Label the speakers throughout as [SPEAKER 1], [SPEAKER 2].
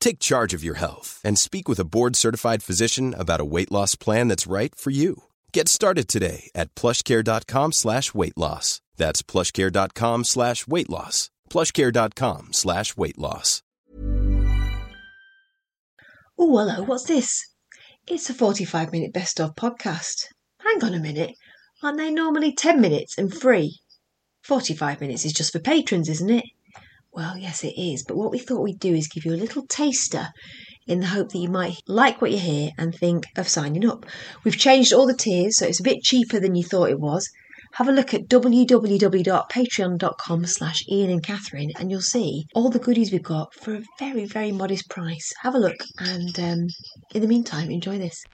[SPEAKER 1] Take charge of your health and speak with a board-certified physician about a weight loss plan that's right for you. Get started today at plushcare.com slash weight loss. That's plushcare.com slash weight loss. plushcare.com slash weight loss.
[SPEAKER 2] Oh, hello, what's this? It's a 45 minute best of podcast. Hang on a minute. Aren't they normally 10 minutes and free? 45 minutes is just for patrons, isn't it? Well, yes, it is. But what we thought we'd do is give you a little taster in the hope that you might like what you hear and think of signing up. We've changed all the tiers, so it's a bit cheaper than you thought it was. Have a look at www.patreon.com slash Ian and Catherine and you'll see all the goodies we've got for a very, very modest price. Have a look and um, in the meantime, enjoy this.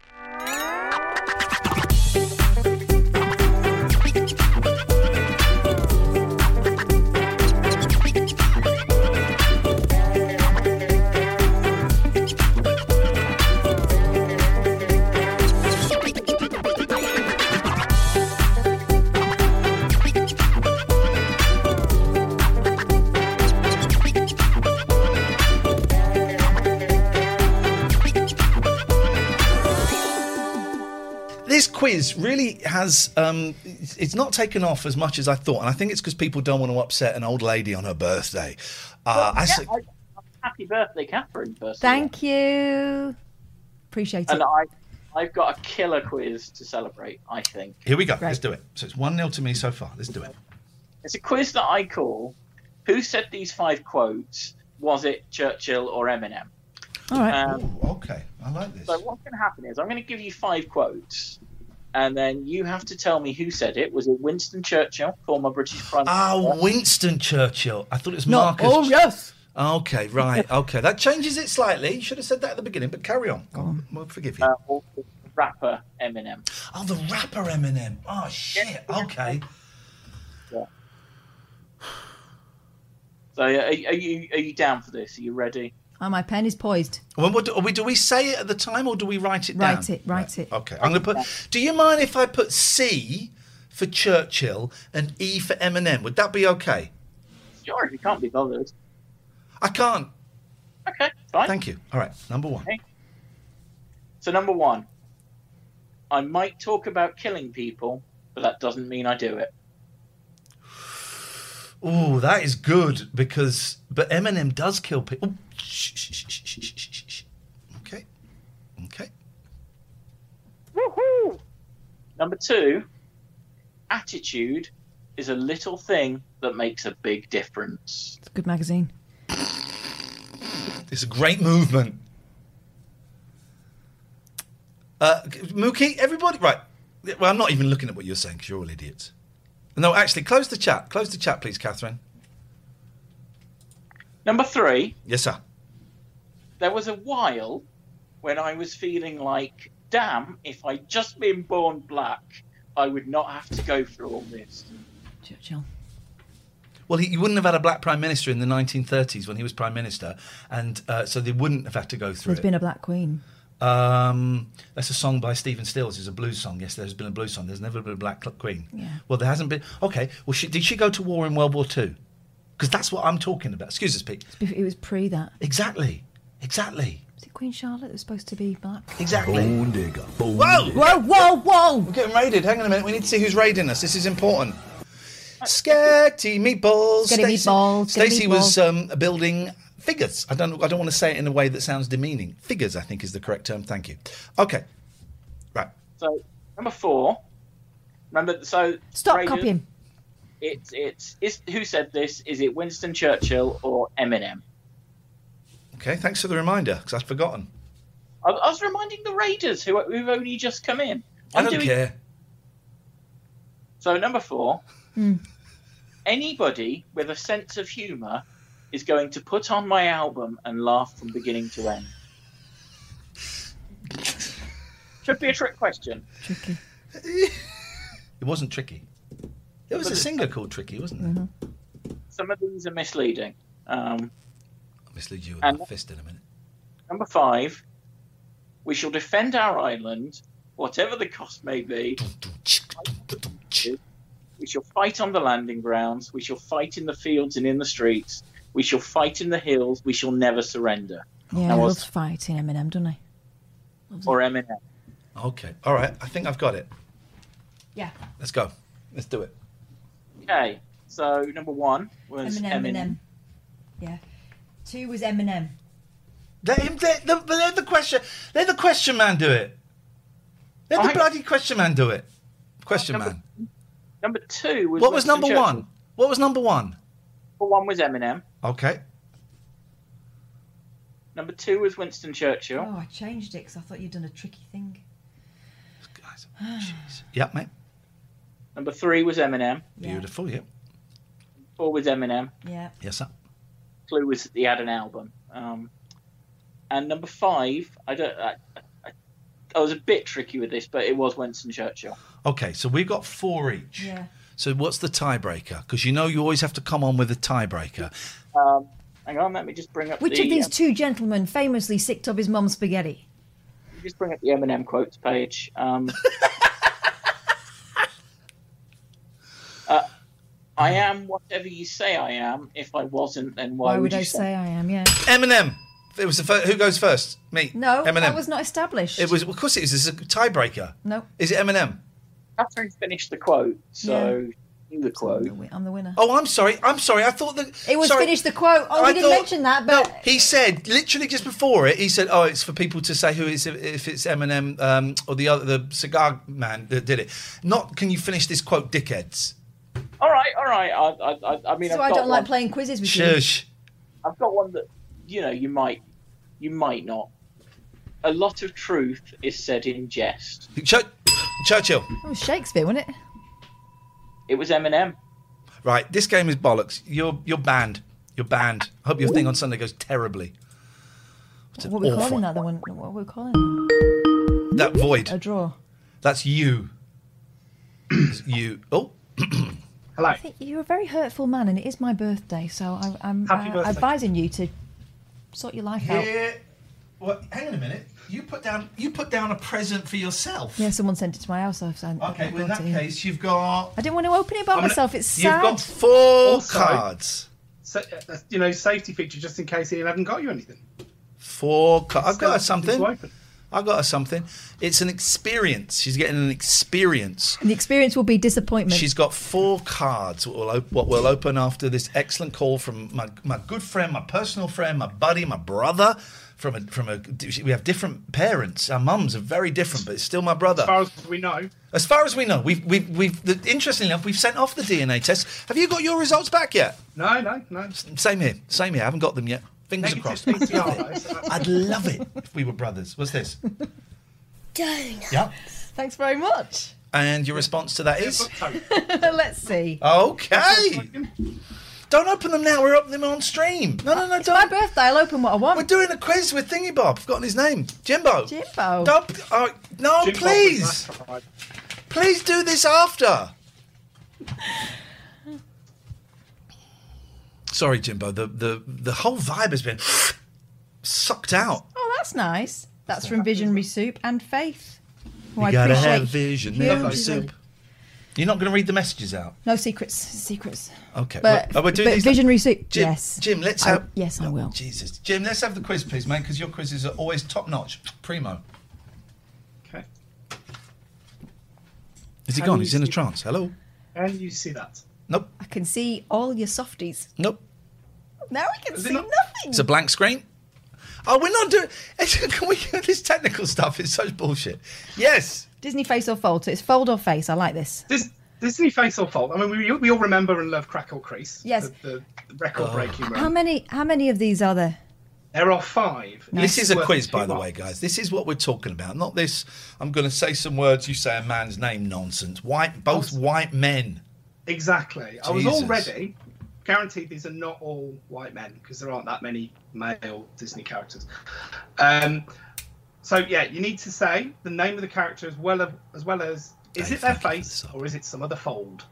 [SPEAKER 3] This quiz really has, um, it's it's not taken off as much as I thought. And I think it's because people don't want to upset an old lady on her birthday. Uh, I
[SPEAKER 4] Yeah,
[SPEAKER 3] su-
[SPEAKER 4] I- happy birthday, Catherine. First of all.
[SPEAKER 5] Thank you. Appreciate it.
[SPEAKER 4] And I, I've got a killer quiz to celebrate. I think
[SPEAKER 3] Here we go. Let's
[SPEAKER 5] Right.
[SPEAKER 3] do it. So it's 1 0 to me so far. Let's do it.
[SPEAKER 4] it's a quiz that I call "Who said these five quotes? Was it Churchill or Eminem?"
[SPEAKER 5] All right.
[SPEAKER 4] Um,
[SPEAKER 3] Ooh, okay. I like this.
[SPEAKER 4] so what's going to happen is I'm going to give you five quotes, and then you have to tell me who said it. Was it Winston Churchill, former British Prime
[SPEAKER 3] Ah,
[SPEAKER 4] Minister?
[SPEAKER 3] Winston Churchill. I thought it was
[SPEAKER 5] No,
[SPEAKER 3] Marcus.
[SPEAKER 5] oh yes.
[SPEAKER 3] Okay, right. Okay. That changes it slightly. You should have said that at the beginning, but carry on. We'll forgive you.
[SPEAKER 4] uh, or the rapper Eminem?
[SPEAKER 3] oh, the rapper Eminem. Oh, shit. Okay.
[SPEAKER 4] So uh, are, are you are you down for this? Are you ready?
[SPEAKER 5] Oh, my pen is poised.
[SPEAKER 3] When what do, we, do we say it at the time or do we write it down?
[SPEAKER 5] Write it, write
[SPEAKER 3] Right,
[SPEAKER 5] it.
[SPEAKER 3] Okay. I'm going to put. Do you mind if I put C for Churchill and E for Eminem? Would that be okay?
[SPEAKER 4] Sure, if you can't be bothered.
[SPEAKER 3] I can't.
[SPEAKER 4] Okay, fine.
[SPEAKER 3] Thank you. All right. Number one.
[SPEAKER 4] So number one, I might talk about killing people, but that doesn't mean I do it.
[SPEAKER 3] Oh, that is good because. But Eminem does kill people. Ooh, shh, shh, shh, shh, shh, shh, shh, shh. Okay. Okay.
[SPEAKER 4] Woohoo! Number two, attitude is a little thing that makes a big difference.
[SPEAKER 5] It's a good magazine.
[SPEAKER 3] It's a great movement. Uh, Mookie, everybody, right? Well, I'm not even looking at what you're saying because you're all idiots. No, actually, close the chat. Close the chat, please, Catherine.
[SPEAKER 4] Number three,
[SPEAKER 3] Yes, sir.
[SPEAKER 4] there was a while when I was feeling like, damn, if I'd just been born black, I would not have to go through all this.
[SPEAKER 5] Churchill.
[SPEAKER 3] Well, he, you wouldn't have had a black prime minister in the 1930s when he was prime minister, and uh, so they wouldn't have had to go through
[SPEAKER 5] There's
[SPEAKER 3] it.
[SPEAKER 5] been a black queen.
[SPEAKER 3] um, that's a song by Stephen Stills. It's a blues song. Yes, there's been a blues song. There's never been a black cl- queen.
[SPEAKER 5] Yeah.
[SPEAKER 3] Well, there hasn't been. Okay. Well, she, did she go to war in World War Two? Because that's what I'm talking about. Excuse us, Pete.
[SPEAKER 5] It's bef- It was pre that.
[SPEAKER 3] Exactly. Exactly.
[SPEAKER 5] Was it Queen Charlotte that was supposed to be black?
[SPEAKER 3] Exactly.
[SPEAKER 6] Bone digger. Bone
[SPEAKER 3] Whoa!
[SPEAKER 5] Whoa, whoa, whoa!
[SPEAKER 3] We're getting raided. Hang on a minute. We need to see who's raiding us. This is important. Sketty meatballs.
[SPEAKER 5] Sketty
[SPEAKER 3] Stacey-
[SPEAKER 5] meatballs, sketty
[SPEAKER 3] Stacey was um,
[SPEAKER 5] meatballs.
[SPEAKER 3] building figures. I don't. I don't want to say it in a way that sounds demeaning. Figures, I think, is the correct term. Thank you. Okay. Right.
[SPEAKER 4] So number four. Remember, so
[SPEAKER 5] Stop
[SPEAKER 4] Raiders,
[SPEAKER 5] copying.
[SPEAKER 4] It's it's is who said this? Is it Winston Churchill or Eminem?
[SPEAKER 3] Okay, thanks for the reminder because I'd forgotten.
[SPEAKER 4] I, I was reminding the Raiders who who've only just come in.
[SPEAKER 3] I
[SPEAKER 4] I'm
[SPEAKER 3] don't
[SPEAKER 4] doing-
[SPEAKER 3] care.
[SPEAKER 4] So number four. Anybody with a sense of humour is going to put on my album and laugh from beginning to end. Should be a trick question.
[SPEAKER 5] Tricky.
[SPEAKER 3] It wasn't tricky. There was a singer called Tricky, wasn't there?
[SPEAKER 4] Some of these are misleading. Um,
[SPEAKER 3] I'll mislead you with
[SPEAKER 4] And-
[SPEAKER 3] my fist in a minute.
[SPEAKER 4] Number five, we shall defend our island, whatever the cost may be. We shall fight on the landing grounds. We shall fight in the fields and in the streets. We shall fight in the hills. We shall never surrender.
[SPEAKER 5] Yeah,
[SPEAKER 4] That
[SPEAKER 5] he
[SPEAKER 4] was-
[SPEAKER 5] loves fighting Eminem, doesn't he?
[SPEAKER 4] Or Eminem.
[SPEAKER 3] Okay, all right. I think I've got it.
[SPEAKER 5] Yeah.
[SPEAKER 3] Let's go. Let's do it.
[SPEAKER 4] Okay, so number one was Eminem.
[SPEAKER 5] Yeah. Two was Eminem.
[SPEAKER 3] Let him. Let the, let the question. Let the question man do it. Let the
[SPEAKER 4] I-
[SPEAKER 3] bloody question man do it. Question
[SPEAKER 4] Number-
[SPEAKER 3] man.
[SPEAKER 4] Number two was
[SPEAKER 3] What was
[SPEAKER 4] Winston
[SPEAKER 3] number
[SPEAKER 4] Churchill.
[SPEAKER 3] one? What was number one?
[SPEAKER 4] Number one was Eminem.
[SPEAKER 3] Okay.
[SPEAKER 4] Number two was Winston Churchill.
[SPEAKER 5] Oh, I changed it because I thought you'd done a tricky thing.
[SPEAKER 3] Guys, jeez. Yep, mate.
[SPEAKER 4] Number three was Eminem.
[SPEAKER 5] Yeah.
[SPEAKER 3] Beautiful. Yep.
[SPEAKER 4] Four was Eminem.
[SPEAKER 5] Yeah.
[SPEAKER 3] Yes, sir.
[SPEAKER 4] clue was that he had an album. Um, and number five, I don't. I, I, I was a bit tricky with this, but it was Winston Churchill.
[SPEAKER 3] Okay, so we've got four each.
[SPEAKER 5] Yeah.
[SPEAKER 3] So what's the tiebreaker? Because you know you always have to come on with a tiebreaker.
[SPEAKER 4] Um, hang on, let me just bring up
[SPEAKER 5] Which
[SPEAKER 4] the uh, um,
[SPEAKER 5] of these two gentlemen famously sicked up his mum's spaghetti?
[SPEAKER 4] let me just bring up the Eminem quotes page. Um, uh, I am whatever you say I am. If I wasn't, then why,
[SPEAKER 5] Why, would
[SPEAKER 4] you
[SPEAKER 5] I say I am? Yeah.
[SPEAKER 3] Eminem. It was the first, who goes first? Me.
[SPEAKER 5] No,
[SPEAKER 3] Eminem.
[SPEAKER 5] that was not established.
[SPEAKER 3] It was. Of course, it is. It's a tiebreaker.
[SPEAKER 5] No.
[SPEAKER 3] Is it Eminem?
[SPEAKER 4] Catherine finished the quote, so knew the
[SPEAKER 5] I'm
[SPEAKER 4] quote.
[SPEAKER 5] the, wi- I'm the winner.
[SPEAKER 3] Oh, I'm sorry. I'm sorry. I thought that
[SPEAKER 5] It was
[SPEAKER 3] sorry.
[SPEAKER 5] finish the quote. Oh, we
[SPEAKER 3] I
[SPEAKER 5] didn't
[SPEAKER 3] thought-
[SPEAKER 5] mention that, but
[SPEAKER 3] no, he said literally just before it. He said, "Oh, it's for people to say who is if it's Eminem um, or the other the cigar man that did it." Not can you finish this quote, dickheads?
[SPEAKER 4] All right, all right. I, I, I, I mean,
[SPEAKER 5] so
[SPEAKER 4] I've
[SPEAKER 5] I
[SPEAKER 4] got
[SPEAKER 5] don't like
[SPEAKER 4] one.
[SPEAKER 5] playing quizzes with you.
[SPEAKER 3] Shush.
[SPEAKER 4] I've got one that you know you might you might not. A lot of truth is said in jest.
[SPEAKER 3] Chur- Churchill.
[SPEAKER 5] It was Shakespeare, wasn't it?
[SPEAKER 4] It was Eminem.
[SPEAKER 3] Right, this game is bollocks. You're you're banned. You're banned. I hope your thing on Sunday goes terribly. It's
[SPEAKER 5] What were we
[SPEAKER 3] awful.
[SPEAKER 5] calling that? The one. What were we calling it?
[SPEAKER 3] That
[SPEAKER 5] a
[SPEAKER 3] void.
[SPEAKER 5] draw?
[SPEAKER 3] That's you. It's you. Oh,
[SPEAKER 6] Hello.
[SPEAKER 5] I think you're a very hurtful man, and it is my birthday, so I, I'm
[SPEAKER 6] Happy
[SPEAKER 5] I-
[SPEAKER 6] birthday.
[SPEAKER 5] advising you to sort your life out.
[SPEAKER 3] here. Well, hang on a minute. You put down you put down a present for yourself.
[SPEAKER 5] Yeah, someone sent it to my house. I've signed.
[SPEAKER 3] Okay.
[SPEAKER 5] I
[SPEAKER 3] Well, in
[SPEAKER 5] brought
[SPEAKER 3] that
[SPEAKER 5] it in.
[SPEAKER 3] case, you've got.
[SPEAKER 5] I didn't want to open it by
[SPEAKER 6] I'm gonna-
[SPEAKER 5] myself. It's
[SPEAKER 3] You've
[SPEAKER 5] sad.
[SPEAKER 3] got four
[SPEAKER 6] Also-
[SPEAKER 3] cards.
[SPEAKER 6] So, uh, you know, safety feature just in case Ian hadn't got you anything.
[SPEAKER 3] Four cards. I've got her
[SPEAKER 6] It's still-
[SPEAKER 3] something.
[SPEAKER 6] still open.
[SPEAKER 3] I've got her something. It's an experience. She's getting an experience.
[SPEAKER 5] And the experience will be disappointment.
[SPEAKER 3] She's got four cards. What will, op- what will open after this excellent call from my, my good friend, my personal friend, my buddy, my brother. From a from a we have different parents. Our mums are very different, but it's still my brother.
[SPEAKER 6] As far as we know,
[SPEAKER 3] As far as we know, we've we've we've the, interestingly enough, we've sent off the DNA test. Have you got your results back yet?
[SPEAKER 6] no, no, no.
[SPEAKER 3] Same here. Same here. I haven't got them yet. Fingers
[SPEAKER 6] Negative
[SPEAKER 3] crossed.
[SPEAKER 6] PCR, though, so that's-
[SPEAKER 3] I'd love it if we were brothers. What's this?
[SPEAKER 2] Don't.
[SPEAKER 3] Yeah.
[SPEAKER 5] Thanks very much.
[SPEAKER 3] And your response to that is
[SPEAKER 6] Look, Tony,
[SPEAKER 5] Let's see.
[SPEAKER 3] okay. Don't open them now. We're opening them on stream. No, no, no.
[SPEAKER 5] It's my
[SPEAKER 3] Don't.
[SPEAKER 5] birthday. I'll open what I
[SPEAKER 3] We're
[SPEAKER 5] want.
[SPEAKER 3] doing a quiz with Thingy Bob. I've forgotten his name. Jimbo.
[SPEAKER 5] Jimbo.
[SPEAKER 3] Don't, oh,
[SPEAKER 6] Jim
[SPEAKER 3] no,
[SPEAKER 6] Bob was
[SPEAKER 3] please.
[SPEAKER 6] last time.
[SPEAKER 3] Please do this after. Sorry, Jimbo. The, the, the whole vibe has been sucked out.
[SPEAKER 5] Oh, that's nice. That's from Visionary Soup and Faith. who Oh, I
[SPEAKER 3] you gotta
[SPEAKER 5] appreciate.
[SPEAKER 3] have vision.
[SPEAKER 5] huge
[SPEAKER 3] Love
[SPEAKER 5] as
[SPEAKER 3] soup. You're not going to read the messages out.
[SPEAKER 5] No secrets. Secrets.
[SPEAKER 3] Okay.
[SPEAKER 5] But,
[SPEAKER 3] well, are we doing
[SPEAKER 5] but
[SPEAKER 3] these-
[SPEAKER 5] Visionary Soup.
[SPEAKER 3] Jim,
[SPEAKER 5] yes.
[SPEAKER 3] Jim, let's
[SPEAKER 5] I-
[SPEAKER 3] have.
[SPEAKER 5] yes, I
[SPEAKER 3] Oh,
[SPEAKER 5] will.
[SPEAKER 3] Jesus, Jim, let's have the quiz, please, man, because your quizzes are always top notch, primo.
[SPEAKER 6] Okay.
[SPEAKER 3] Is he
[SPEAKER 6] How
[SPEAKER 3] gone?
[SPEAKER 6] do you
[SPEAKER 3] He's in a
[SPEAKER 6] see-
[SPEAKER 3] trance. Hello.
[SPEAKER 6] And you see that.
[SPEAKER 3] Nope.
[SPEAKER 5] I can see all your softies.
[SPEAKER 3] Nope.
[SPEAKER 5] Now I can
[SPEAKER 6] Is it
[SPEAKER 5] see
[SPEAKER 6] not-
[SPEAKER 5] nothing.
[SPEAKER 3] It's a blank screen. Oh, we're not doing. Can we? This technical stuff is such bullshit. Yes.
[SPEAKER 5] Disney face or fold. So it's fold or face. I like this.
[SPEAKER 6] Dis- Disney face or fault? I mean, we, we all remember and love Crackle Crease.
[SPEAKER 5] Yes.
[SPEAKER 6] The, the record breaking
[SPEAKER 5] How
[SPEAKER 6] run.
[SPEAKER 5] many? How many of these are there?
[SPEAKER 6] There are five.
[SPEAKER 3] This is a
[SPEAKER 6] worth
[SPEAKER 3] quiz,
[SPEAKER 6] two
[SPEAKER 3] by the
[SPEAKER 6] marks.
[SPEAKER 3] way, guys. This is what we're talking about. Not this. I'm going to say some words. You say a man's name. Nonsense. White. Both white men.
[SPEAKER 6] Exactly. Oh. I was
[SPEAKER 3] Jesus.
[SPEAKER 6] already guaranteed these are not all white men because there aren't that many male Disney characters. Um, so yeah, you need to say the name of the character as well as, as well as is
[SPEAKER 3] Dave,
[SPEAKER 6] it their
[SPEAKER 3] thank you for
[SPEAKER 6] face
[SPEAKER 3] the sub.
[SPEAKER 6] or is it some other fold?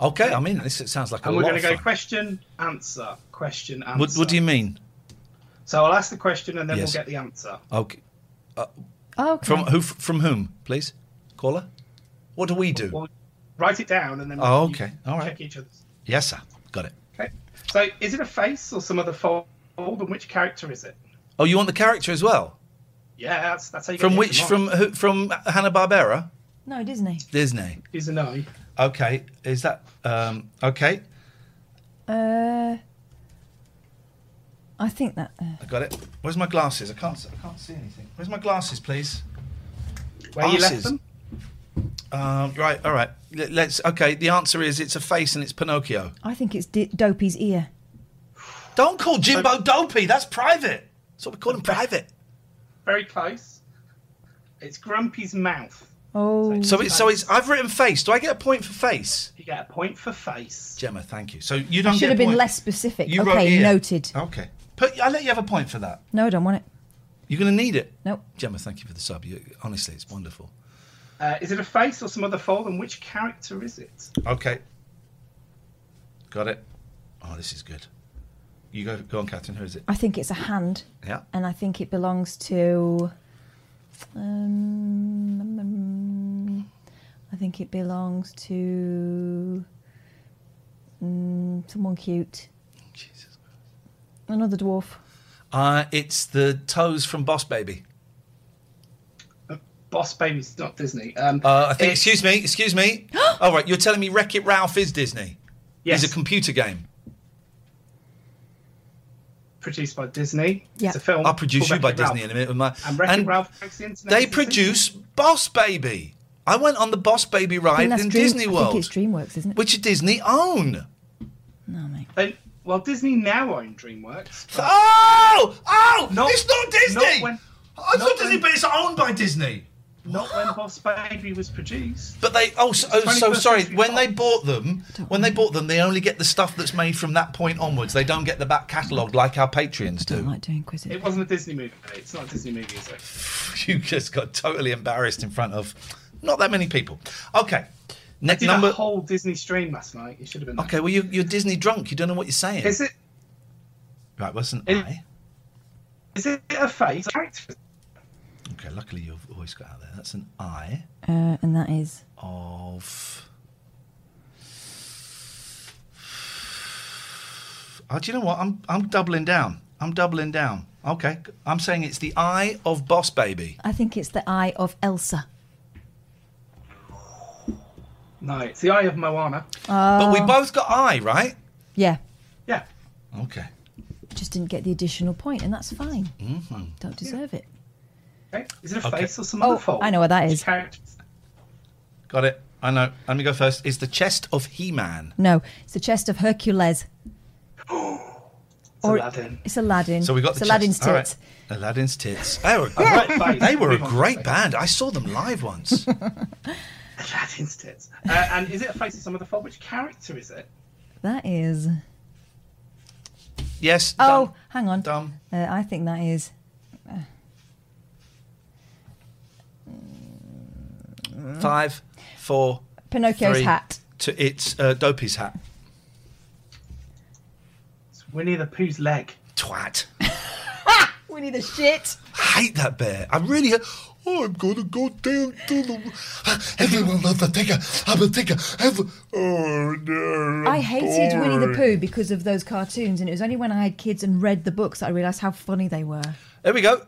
[SPEAKER 3] Okay. I mean, this it sounds like a
[SPEAKER 6] And we're
[SPEAKER 3] lot
[SPEAKER 6] going to
[SPEAKER 3] of
[SPEAKER 6] go
[SPEAKER 3] fun.
[SPEAKER 6] question answer question answer.
[SPEAKER 3] What, what do you mean?
[SPEAKER 6] So I'll ask the question and then
[SPEAKER 3] Yes.
[SPEAKER 6] we'll get the answer.
[SPEAKER 3] Okay. Uh,
[SPEAKER 5] Oh, okay.
[SPEAKER 3] From who? From whom, please? Caller. What do we do?
[SPEAKER 6] Well, write it down and then
[SPEAKER 3] Oh,
[SPEAKER 6] you
[SPEAKER 3] okay.
[SPEAKER 6] can
[SPEAKER 3] All right.
[SPEAKER 6] check each other's.
[SPEAKER 3] Yes, sir. Got it.
[SPEAKER 6] Okay. So is it a face or some other fold and which character is it?
[SPEAKER 3] Oh, you want the character as well?
[SPEAKER 6] Yeah, that's, that's how you get
[SPEAKER 3] From
[SPEAKER 6] the
[SPEAKER 3] which?
[SPEAKER 6] extra
[SPEAKER 3] From
[SPEAKER 6] mark.
[SPEAKER 3] who? From Hanna Barbera?
[SPEAKER 5] no, Disney.
[SPEAKER 3] Disney.
[SPEAKER 6] is an eye.
[SPEAKER 3] Okay. Is that um, okay?
[SPEAKER 5] Uh, I think that. Uh,
[SPEAKER 3] I got it. Where's my glasses? I can't. s- I can't see anything. Where's my glasses, please?
[SPEAKER 6] Where you left
[SPEAKER 3] Asses.
[SPEAKER 6] them?
[SPEAKER 3] Um, right. All right. L- Let's. Okay. The answer is it's a face and it's Pinocchio.
[SPEAKER 5] I think it's D- Dopey's ear.
[SPEAKER 3] Don't call Jimbo Dopey. That's private. That's what we call him. Private.
[SPEAKER 6] Very close. It's Grumpy's mouth.
[SPEAKER 5] Oh,
[SPEAKER 3] So it's. So it's. I've written face. Do I get a point for face?
[SPEAKER 6] You get a point for face.
[SPEAKER 3] Gemma, thank you. So you don't.
[SPEAKER 5] should
[SPEAKER 3] get a
[SPEAKER 5] have been
[SPEAKER 3] point.
[SPEAKER 5] less specific.
[SPEAKER 3] You wrote
[SPEAKER 5] okay,
[SPEAKER 3] ear.
[SPEAKER 5] noted.
[SPEAKER 3] Okay. Put, I'll let you have a point for that.
[SPEAKER 5] No, I don't want it.
[SPEAKER 3] You're going to need it.
[SPEAKER 5] Nope.
[SPEAKER 3] Gemma, thank you for the sub. You, honestly, it's wonderful.
[SPEAKER 6] Uh, is it a face or some other fold? And which character is it?
[SPEAKER 3] Okay. Got it. Oh, this is good. You go, go on, Catherine. Who is it?
[SPEAKER 5] I think it's a hand,
[SPEAKER 3] Yeah.
[SPEAKER 5] and I think it belongs to. Um, um, um, I think it belongs to um, someone cute,
[SPEAKER 3] Jesus.
[SPEAKER 5] another dwarf.
[SPEAKER 3] Uh, it's the toes from Boss Baby.
[SPEAKER 6] Uh, Boss Baby's not Disney. Um,
[SPEAKER 3] Uh, I think.
[SPEAKER 6] it's-
[SPEAKER 3] Excuse me. Excuse me. All right. You're telling me Wreck It Ralph is Disney?
[SPEAKER 6] yes,
[SPEAKER 3] Is a computer game.
[SPEAKER 6] produced by Disney.
[SPEAKER 5] Yeah.
[SPEAKER 6] It's a film.
[SPEAKER 3] I'll produce you
[SPEAKER 6] called
[SPEAKER 3] by
[SPEAKER 6] Wreck-It Ralph.
[SPEAKER 3] Disney in a minute. With my,
[SPEAKER 6] And Wreck-It Ralph breaks the internet.
[SPEAKER 3] They
[SPEAKER 6] It's Disney.
[SPEAKER 3] produce Boss Baby. I went on the Boss Baby
[SPEAKER 5] I think
[SPEAKER 3] ride
[SPEAKER 5] that's
[SPEAKER 3] in
[SPEAKER 5] Dream-
[SPEAKER 3] Disney
[SPEAKER 5] I think
[SPEAKER 3] World,
[SPEAKER 5] it's DreamWorks, isn't it?
[SPEAKER 3] which Disney own.
[SPEAKER 5] no, mate.
[SPEAKER 6] They, well, Disney now own DreamWorks. but
[SPEAKER 3] Oh! Oh!
[SPEAKER 6] Not-
[SPEAKER 3] it's not Disney!
[SPEAKER 6] not when-
[SPEAKER 3] Oh, it's not,
[SPEAKER 6] not
[SPEAKER 3] Disney,
[SPEAKER 6] when-
[SPEAKER 3] but it's owned by Disney.
[SPEAKER 6] Not when Boss Baby was produced.
[SPEAKER 3] But they oh so, oh, so
[SPEAKER 6] 21st
[SPEAKER 3] sorry.
[SPEAKER 6] century
[SPEAKER 3] When
[SPEAKER 6] pop.
[SPEAKER 3] they bought them, when they bought them, they only get the stuff that's made from that point onwards. They don't get the back catalogue like our Patreons
[SPEAKER 5] I
[SPEAKER 3] do.
[SPEAKER 5] like doing quizzes.
[SPEAKER 6] It wasn't a Disney movie. It's not a Disney movie, is it?
[SPEAKER 3] You just got totally embarrassed in front of not that many people. Okay, next
[SPEAKER 6] Did
[SPEAKER 3] number.
[SPEAKER 6] a whole Disney stream last night. You should have been. there.
[SPEAKER 3] Okay, well you, you're Disney drunk. You don't know what you're saying.
[SPEAKER 6] Is it
[SPEAKER 3] right, wasn't
[SPEAKER 6] Is-
[SPEAKER 3] I?
[SPEAKER 6] is it a face?
[SPEAKER 5] Uh,
[SPEAKER 6] Character?
[SPEAKER 3] Okay, luckily your voice got out there. That's an I
[SPEAKER 5] Uh, and that is
[SPEAKER 3] of. Oh, do you know what? I'm I'm doubling down. I'm doubling down. Okay, I'm saying it's the eye of Boss Baby.
[SPEAKER 5] I think it's the eye of Elsa.
[SPEAKER 6] No, it's the Eye of Moana.
[SPEAKER 3] But we both got eye, right?
[SPEAKER 5] Yeah,
[SPEAKER 6] Yeah.
[SPEAKER 3] Okay.
[SPEAKER 5] just didn't get the additional point, and that's fine.
[SPEAKER 3] Mm-hmm.
[SPEAKER 5] Don't deserve it.
[SPEAKER 6] Okay. Is it a
[SPEAKER 3] Okay.
[SPEAKER 6] face or some
[SPEAKER 5] Oh,
[SPEAKER 6] other fold?
[SPEAKER 5] I know what that
[SPEAKER 6] Which
[SPEAKER 5] is.
[SPEAKER 6] Character?
[SPEAKER 3] Got it. I know. Let me go first. It's the chest of He Man.
[SPEAKER 5] No, it's the chest of Hercules.
[SPEAKER 6] It's Aladdin.
[SPEAKER 5] It's Aladdin.
[SPEAKER 3] So we got
[SPEAKER 5] it's
[SPEAKER 3] the
[SPEAKER 5] Aladdin's
[SPEAKER 3] chest. All right.
[SPEAKER 5] tits.
[SPEAKER 3] Aladdin's tits. They were,
[SPEAKER 6] right,
[SPEAKER 3] great,
[SPEAKER 6] fine.
[SPEAKER 3] they were a
[SPEAKER 6] Move on.
[SPEAKER 3] great band. I saw them live once.
[SPEAKER 6] Aladdin's tits. Uh, and is it a face or some other fold? Which character is it?
[SPEAKER 5] That is.
[SPEAKER 3] Yes.
[SPEAKER 5] Oh,
[SPEAKER 3] done.
[SPEAKER 5] hang on.
[SPEAKER 3] Dumb.
[SPEAKER 5] Uh, I think that is.
[SPEAKER 3] Five, four,
[SPEAKER 5] Pinocchio's
[SPEAKER 3] three,
[SPEAKER 5] hat.
[SPEAKER 3] two- it's uh, Dopey's hat.
[SPEAKER 6] It's Winnie the Pooh's leg.
[SPEAKER 3] Twat.
[SPEAKER 5] We need the shit.
[SPEAKER 3] hate that bear. I really. Oh, I'm gonna go down to the. Everyone loves a ticker. I'm a ticker. Every... Oh no.
[SPEAKER 5] I hated Winnie the
[SPEAKER 3] boring.
[SPEAKER 5] Pooh because of those cartoons, and it was only when I had kids and read the books that I realised how funny they were.
[SPEAKER 3] There we go.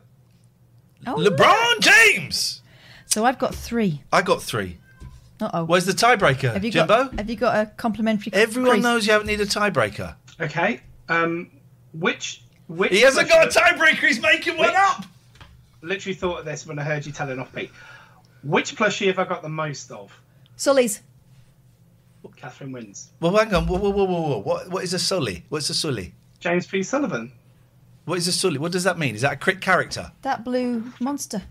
[SPEAKER 5] Oh,
[SPEAKER 3] LeBron James.
[SPEAKER 5] So I've got three.
[SPEAKER 3] I got three.
[SPEAKER 5] Uh oh.
[SPEAKER 3] Where's the tiebreaker,
[SPEAKER 5] have you
[SPEAKER 3] Jimbo?
[SPEAKER 5] got? Have you got a complimentary?
[SPEAKER 3] Everyone
[SPEAKER 5] crease?
[SPEAKER 3] knows you haven't need a tiebreaker.
[SPEAKER 6] Okay. Um, which Which
[SPEAKER 3] He hasn't got a
[SPEAKER 6] Christmas-
[SPEAKER 3] tiebreaker. He's making one up.
[SPEAKER 6] Literally thought of this when I heard you telling off Pete. Which plushie have I got the most of?
[SPEAKER 7] Sully's.
[SPEAKER 6] Catherine wins.
[SPEAKER 3] Well, hang on. Whoa, whoa, whoa, whoa, whoa. What, what is a Sully? What's a Sully?
[SPEAKER 6] James P. Sullivan.
[SPEAKER 3] What is a Sully? What does that mean? Is that a crit character?
[SPEAKER 5] That blue monster.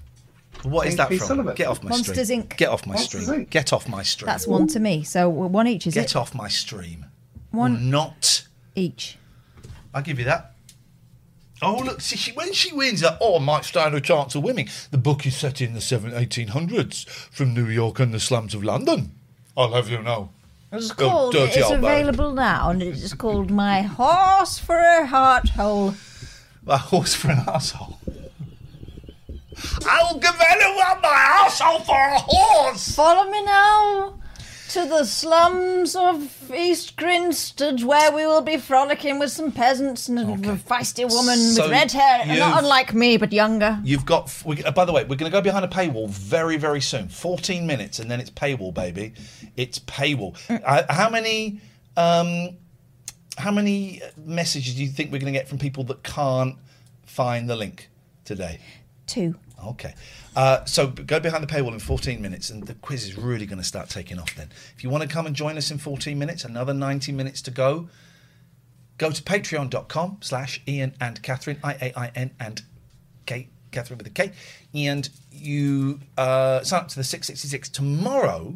[SPEAKER 3] What is
[SPEAKER 6] James
[SPEAKER 3] that
[SPEAKER 6] P.
[SPEAKER 3] from?
[SPEAKER 6] Sullivan.
[SPEAKER 3] Get off my
[SPEAKER 5] Monsters,
[SPEAKER 3] stream.
[SPEAKER 5] Inc.
[SPEAKER 3] Get off my
[SPEAKER 6] Monsters,
[SPEAKER 3] stream.
[SPEAKER 6] Inc.
[SPEAKER 3] Get off my stream.
[SPEAKER 5] That's one to me. So well, one each, is
[SPEAKER 3] Get
[SPEAKER 5] it?
[SPEAKER 3] off my stream.
[SPEAKER 5] One
[SPEAKER 3] Not.
[SPEAKER 5] each.
[SPEAKER 3] I'll give you that. Oh, look, see, she, when she wins, uh, oh, might stand a chance of winning. The book is set in the 7, 1800s from New York and the slums of London. I'll have you know.
[SPEAKER 5] It's
[SPEAKER 3] Oh,
[SPEAKER 5] called.
[SPEAKER 3] dirty
[SPEAKER 5] it's
[SPEAKER 3] old man.
[SPEAKER 5] available now, and it's called My Horse for a Heart Hole.
[SPEAKER 3] A horse for an asshole. I'll give anyone my asshole for a horse.
[SPEAKER 5] Follow me now to the slums of East Grinstead, where we will be frolicking with some peasants and a feisty woman
[SPEAKER 3] So
[SPEAKER 5] with red hair,
[SPEAKER 3] you've-
[SPEAKER 5] not unlike me, but younger.
[SPEAKER 3] You've got. f- We, uh, by the way, we're going to go behind a paywall very, very soon. Fourteen minutes, and then it's paywall, baby. It's paywall. Uh, how many? Um, how many uh, messages do you think we're going to get from people that can't find the link today?
[SPEAKER 5] Two.
[SPEAKER 3] Okay. Uh, so b- go behind the paywall in 14 minutes, and the quiz is really going to start taking off then. If you want to come and join us in 14 minutes, another 90 minutes to go, go to patreon.com slash Ian and Catherine, I A I N and Kate, Catherine with a K, and you uh, sign up to the 666 tomorrow.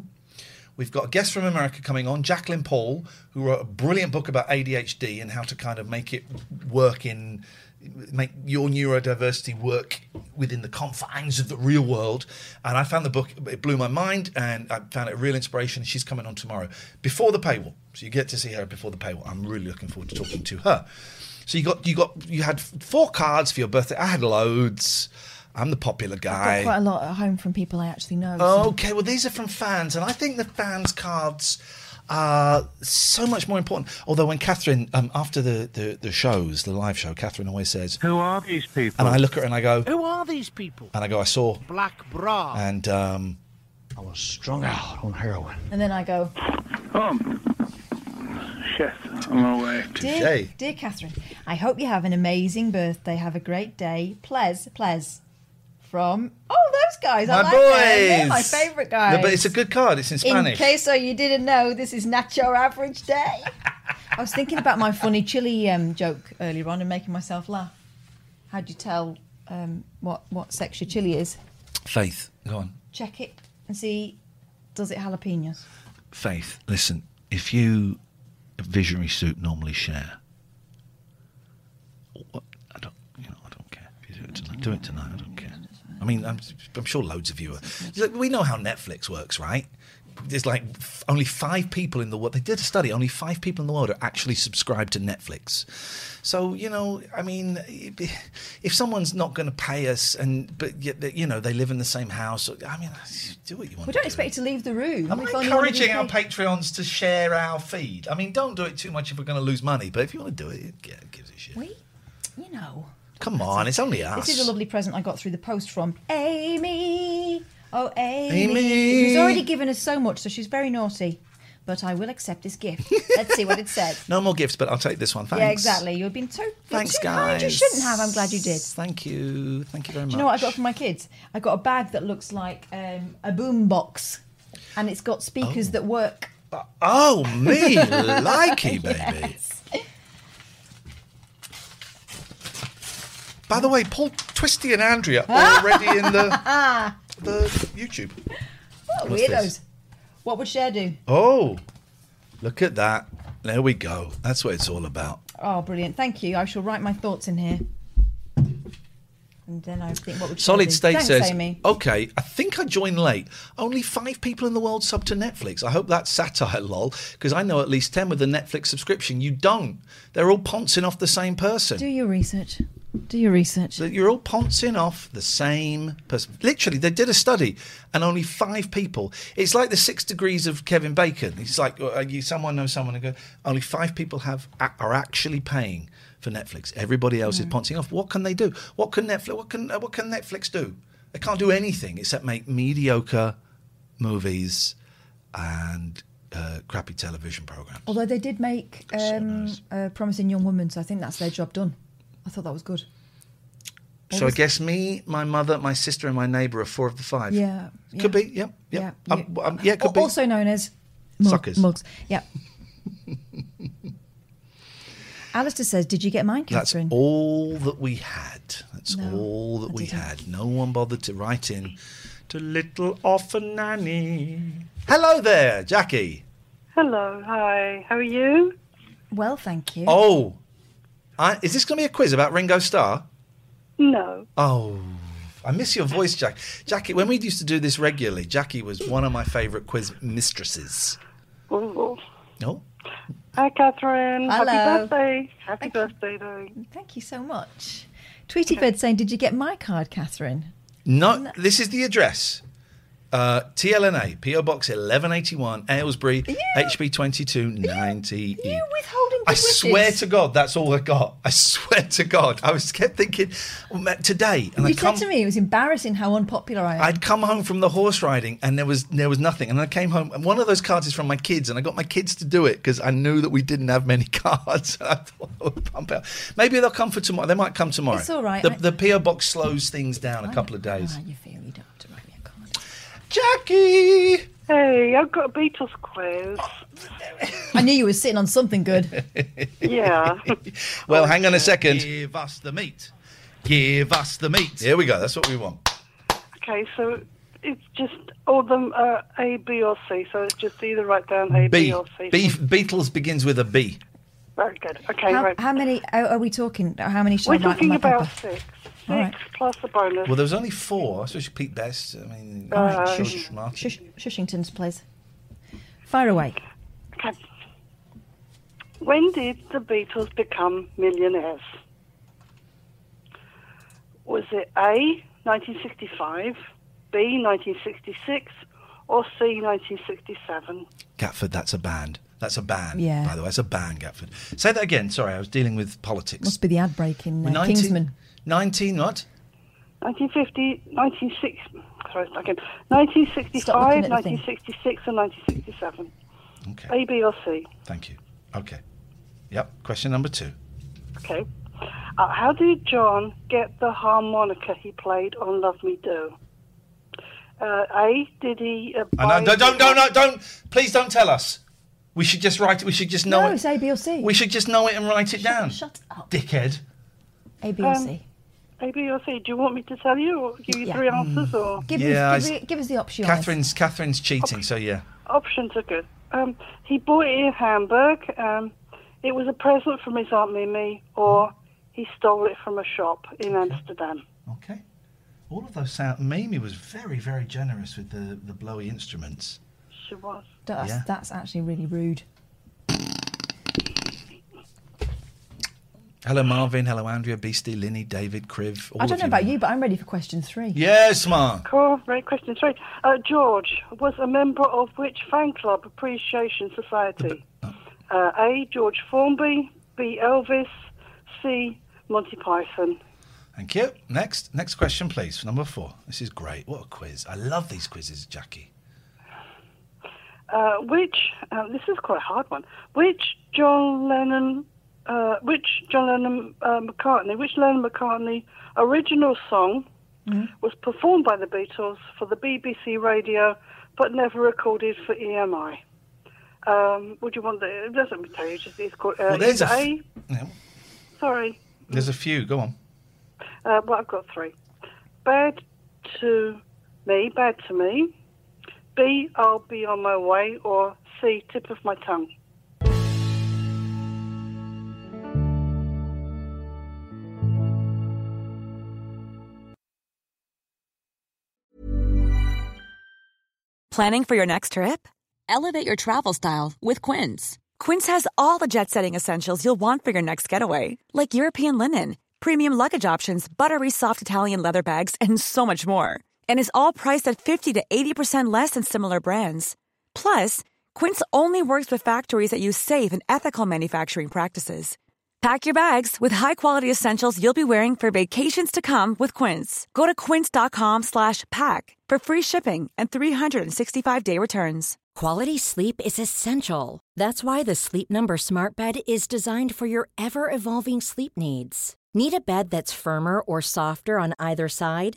[SPEAKER 3] We've got a guest from America coming on, Jacqueline Paul, who wrote a brilliant book about ADHD and how to kind of make it work in, make your neurodiversity work within the confines of the real world. And I found the book, it blew my mind and I found it a real inspiration. She's coming on tomorrow before the paywall. So you get to see her before the paywall. I'm really looking forward to talking to her. So you got, you got, you had four cards for your birthday. I had loads. I'm the popular guy.
[SPEAKER 5] Got quite a lot at home from people I actually know. so-
[SPEAKER 3] Okay, well, these are from fans, and I think the fans' cards are so much more important. Although, when Catherine, um, after the, the, the shows, the live show, Catherine always says,
[SPEAKER 8] Who are these people?
[SPEAKER 3] and I look at her and I go,
[SPEAKER 8] Who are these people?
[SPEAKER 3] and I go, I saw,
[SPEAKER 8] Black
[SPEAKER 5] Ah.
[SPEAKER 8] bra.
[SPEAKER 3] and um,
[SPEAKER 8] I was strung out on heroin.
[SPEAKER 5] And then I go,
[SPEAKER 9] Yes, I'm awake.
[SPEAKER 5] dear,
[SPEAKER 3] Touché.
[SPEAKER 5] dear Catherine, I hope you have an amazing birthday. Have a great day. Plez, Plez. From, oh, those guys.
[SPEAKER 3] my
[SPEAKER 5] I like
[SPEAKER 3] boys,
[SPEAKER 5] Them. They're my favourite guys.
[SPEAKER 3] No, but it's a good card. It's in
[SPEAKER 5] In
[SPEAKER 3] Spanish.
[SPEAKER 5] case oh, you didn't know, this is not your average day. I was thinking about my funny chili um, joke earlier on and making myself laugh. How do you tell um, what, what sex your chili is?
[SPEAKER 3] Faith, go on.
[SPEAKER 5] Check it and see, does it jalapenos?
[SPEAKER 3] Faith, listen, if you visionary soup normally share, what, I don't, you know, I don't care. If you do it tonight, do it tonight. I don't care. I mean, I'm, I'm sure loads of you are. Look, We know how Netflix works, right? There's like f- only five people in the world. They did a study. Only five people in the world are actually subscribed to Netflix. So you know, I mean, if someone's not going to pay us, and but yet they- you know they live in the same house, I mean, do what you want.
[SPEAKER 5] We
[SPEAKER 3] to
[SPEAKER 5] don't
[SPEAKER 3] do.
[SPEAKER 5] expect you to leave the room.
[SPEAKER 3] I'm
[SPEAKER 5] If only one of you
[SPEAKER 3] encouraging our
[SPEAKER 5] pay-
[SPEAKER 3] Patreons to share our feed. I mean, don't do it too much if we're going to lose money, but if you want to do it, yeah, it gives a shit.
[SPEAKER 5] We, you know,
[SPEAKER 3] Come on, it's only us.
[SPEAKER 5] this is a lovely present I got through the post from Amy. Oh, Amy.
[SPEAKER 3] Amy.
[SPEAKER 5] She's already given us so much, so she's very naughty. But I will accept this gift. Let's see what it says.
[SPEAKER 3] No more gifts, but I'll take this one. Thanks.
[SPEAKER 5] Yeah, exactly. You've been too, you're
[SPEAKER 3] Thanks,
[SPEAKER 5] too
[SPEAKER 3] guys.
[SPEAKER 5] kind. You shouldn't have. I'm glad you did.
[SPEAKER 3] Thank you. Thank you very much.
[SPEAKER 5] Do you know what I got for my kids? I got a bag that looks like um, a boom box, and it's got speakers that work.
[SPEAKER 3] Oh, me likey, baby. By the way, Paul Twisty and Andrea are already in the the YouTube.
[SPEAKER 5] What
[SPEAKER 3] What's
[SPEAKER 5] weirdos!
[SPEAKER 3] this?
[SPEAKER 5] What would Cher do?
[SPEAKER 3] Oh, look at that. There we go. That's what it's all about.
[SPEAKER 5] Oh, brilliant! Thank you. I shall write my thoughts in here, and then I think what would Cher
[SPEAKER 3] Solid
[SPEAKER 5] do?
[SPEAKER 3] State
[SPEAKER 5] Thanks,
[SPEAKER 3] says,
[SPEAKER 5] Amy.
[SPEAKER 3] "Okay, I think I joined late. Only five people in the world sub to Netflix. I hope that's satire, lol. Because I know at least ten with a Netflix subscription. You don't. They're all pouncing off the same person.
[SPEAKER 5] Do your research. Do your research.
[SPEAKER 3] that you're all pouncing off the same person. Literally, they did a study, and only five people. It's like the six degrees of Kevin Bacon. It's like uh, you, someone knows someone, and go. Only five people have a- are actually paying for Netflix. Everybody else is pouncing off. What can they do? What can Netflix? What can uh, what can Netflix do? They can't do anything except make mediocre movies and uh, crappy television programs.
[SPEAKER 5] Although they did make um, a promising young woman, so I think that's their job done. I thought that was good. What
[SPEAKER 3] So I
[SPEAKER 5] was-
[SPEAKER 3] guess me, my mother, my sister, and my neighbour are four of the five.
[SPEAKER 5] Yeah.
[SPEAKER 3] Could
[SPEAKER 5] yeah.
[SPEAKER 3] be. Yep. Yep.
[SPEAKER 5] Yeah,
[SPEAKER 3] Um,
[SPEAKER 5] you-
[SPEAKER 3] um, yeah. Could
[SPEAKER 5] Al-
[SPEAKER 3] be.
[SPEAKER 5] Also known as mug-
[SPEAKER 3] Suckers.
[SPEAKER 5] Mugs. Yeah. Alistair says, "Did you get mine,
[SPEAKER 3] That's
[SPEAKER 5] Catherine?"
[SPEAKER 3] all that we had. That's
[SPEAKER 5] No,
[SPEAKER 3] all that
[SPEAKER 5] I
[SPEAKER 3] we
[SPEAKER 5] didn't.
[SPEAKER 3] had. No one bothered to write in to little orphan nanny. Hello there, Jackie.
[SPEAKER 7] Hello, hi. How are you?
[SPEAKER 5] well, thank you.
[SPEAKER 3] Oh, I, is this going to be a quiz about Ringo Starr?
[SPEAKER 7] No.
[SPEAKER 3] Oh, I miss your voice, Jack. Jackie, when we used to do this regularly, Jackie was one of my favourite quiz mistresses.
[SPEAKER 7] Ooh.
[SPEAKER 3] No,
[SPEAKER 7] Hi, Catherine. Happy
[SPEAKER 5] Hello.
[SPEAKER 7] birthday. Happy birthday, though.
[SPEAKER 5] Thank you so much. Tweetyfed saying, "Did you get my card, Catherine?"
[SPEAKER 3] no, this is the address. Uh, TLNA, PO Box 1181, Aylesbury, HB 2290.
[SPEAKER 5] You withholding good
[SPEAKER 3] E. I
[SPEAKER 5] wishes.
[SPEAKER 3] swear to God, that's all I got. I swear to God, I was kept thinking well, ma- today, and I
[SPEAKER 5] You
[SPEAKER 3] come,
[SPEAKER 5] said to me it was embarrassing how unpopular I am.
[SPEAKER 3] I'd come home from the horse riding, and there was there was nothing. And I came home, and one of those cards is from my kids, and I got my kids to do it because I knew that we didn't have many cards. I thought I would pump out. Maybe they'll come for tomorrow. They might come tomorrow.
[SPEAKER 5] It's all right.
[SPEAKER 3] The,
[SPEAKER 5] I-
[SPEAKER 3] the PO box slows things down a couple of days.
[SPEAKER 5] Ah, you feel you don't have to write me a card.
[SPEAKER 3] Jackie,
[SPEAKER 7] Hey, I've got a Beatles quiz.
[SPEAKER 5] I knew you were sitting on something good.
[SPEAKER 7] Yeah.
[SPEAKER 3] well, hang on a second.
[SPEAKER 8] Give us the meat. Give us the meat.
[SPEAKER 3] Here we go. That's what we want.
[SPEAKER 7] okay, so it's just all of them are A, B, or C. So it's just either write down A, B,
[SPEAKER 3] B.
[SPEAKER 7] or C.
[SPEAKER 3] B. Beatles begins with a B.
[SPEAKER 7] Very good. Okay,
[SPEAKER 5] How,
[SPEAKER 7] right.
[SPEAKER 5] how many are, are we talking? How many should
[SPEAKER 7] We're
[SPEAKER 5] I write on
[SPEAKER 7] talking
[SPEAKER 5] my
[SPEAKER 7] about
[SPEAKER 5] paper?
[SPEAKER 7] six. Six
[SPEAKER 5] All right.
[SPEAKER 7] plus a bonus. Uh,
[SPEAKER 3] Well, there was only four. I suppose Pete Best. I mean,
[SPEAKER 5] All right,
[SPEAKER 3] George
[SPEAKER 7] mm.
[SPEAKER 5] shush,
[SPEAKER 3] Martin.
[SPEAKER 5] shush, Shushington's place. Fire away.
[SPEAKER 7] okay. When did the Beatles become millionaires? Was it A, 1965, B, 1966, or C, 1967?
[SPEAKER 3] Gatford, that's a band. That's a band.
[SPEAKER 5] Yeah.
[SPEAKER 3] By the way, it's a band, Gatford. Say that again. Sorry, I was dealing with politics.
[SPEAKER 5] Must be the ad break in uh,
[SPEAKER 3] 19
[SPEAKER 5] Kingsman.
[SPEAKER 3] 19 what?
[SPEAKER 7] 1950, 1960, sorry, again,
[SPEAKER 5] Stop looking
[SPEAKER 7] 1965,
[SPEAKER 5] at the thing.
[SPEAKER 7] 1966, and 1967.
[SPEAKER 3] Okay.
[SPEAKER 7] A, B, or C?
[SPEAKER 3] Thank you. Okay. Yep. Question number two.
[SPEAKER 7] Okay. Uh, how did John get the harmonica he played on Love Me Do? Uh, A, did he. Uh,
[SPEAKER 3] And
[SPEAKER 7] buy-
[SPEAKER 3] Oh, no, don't, don't, don't, don't. Please don't tell us. We should just write it. We should just know
[SPEAKER 5] No,
[SPEAKER 3] it.
[SPEAKER 5] it's A, B, or C.
[SPEAKER 3] We should just know it and write it down.
[SPEAKER 5] Shut up.
[SPEAKER 3] Dickhead.
[SPEAKER 5] A, B, or
[SPEAKER 7] Um,
[SPEAKER 5] C.
[SPEAKER 7] A, B, or C? Do you want me to tell you or give you
[SPEAKER 5] Yeah.
[SPEAKER 7] three answers? or
[SPEAKER 5] Give,
[SPEAKER 3] Mm. yeah, I
[SPEAKER 5] us,
[SPEAKER 3] s-
[SPEAKER 5] give, us- give us the option.
[SPEAKER 3] Catherine's Catherine's cheating. So yeah.
[SPEAKER 7] Options are good. Um, he bought it in Hamburg. Um, it was a present from his Aunt Mimi, or he stole it from a shop in Amsterdam.
[SPEAKER 3] Okay. All of those sound. Mimi was very, very generous with the the blowy instruments.
[SPEAKER 7] She was.
[SPEAKER 5] That's,
[SPEAKER 3] Yeah.
[SPEAKER 5] that's actually really rude.
[SPEAKER 3] Hello, Marvin. Hello, Andrea, Beastie, Linny, David, Criv. all
[SPEAKER 5] I don't
[SPEAKER 3] of
[SPEAKER 5] know about you, but I'm ready for question three.
[SPEAKER 3] Yes, ma.
[SPEAKER 7] Cool. Right, question three. Uh, George was a member of which fan club appreciation society?
[SPEAKER 3] oh.
[SPEAKER 7] Uh, a. George Formby. B. Elvis. C. Monty Python.
[SPEAKER 3] Thank you. Next, next question, please. Number four. This is great. What a quiz! I love these quizzes, Jackie.
[SPEAKER 7] Uh, which uh, this is quite a hard one. Which John Lennon? Uh, which John Lennon uh, McCartney? Which Lennon McCartney original song
[SPEAKER 3] Mm-hmm.
[SPEAKER 7] was performed by the Beatles for the BBC Radio, but never recorded for EMI? Um, would you want the? It doesn't tell you. Just it's called. Uh,
[SPEAKER 3] Well, there's
[SPEAKER 7] either
[SPEAKER 3] a f-
[SPEAKER 7] A-
[SPEAKER 3] Yeah,
[SPEAKER 7] Sorry,
[SPEAKER 3] there's a few. Go on.
[SPEAKER 7] uh, well, I've got three. Bad to me, bad to me. B, I'll be on my way, or C, tip of my tongue.
[SPEAKER 10] Planning for your next trip? Elevate your travel style with Quince. Quince has all the jet setting essentials you'll want for your next getaway, like European linen, premium luggage options, buttery soft Italian leather bags, and so much more. And is all priced at 50 to 80% less than similar brands. Plus, Quince only works with factories that use safe and ethical manufacturing practices. Pack your bags with high-quality essentials you'll be wearing for vacations to come with Quince. Go to quince.com slash pack for free shipping and 365-day returns.
[SPEAKER 11] Quality sleep is essential. That's why the Sleep Number Smart Bed is designed for your ever evolving sleep needs. Need a bed that's firmer or softer on either side?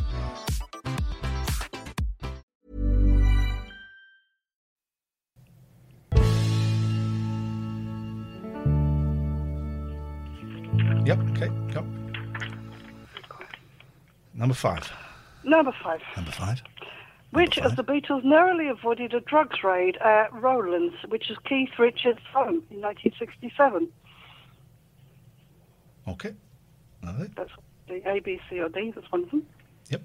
[SPEAKER 3] Yep. Okay. Go. Number five.
[SPEAKER 7] Number five.
[SPEAKER 3] Number five.
[SPEAKER 7] Which of the Beatles narrowly avoided a drugs raid at Rowlands, which is Keith Richards' home in 1967?
[SPEAKER 3] Okay. Another.
[SPEAKER 7] That's the A, B, C, or D. That's one of them.
[SPEAKER 3] Yep.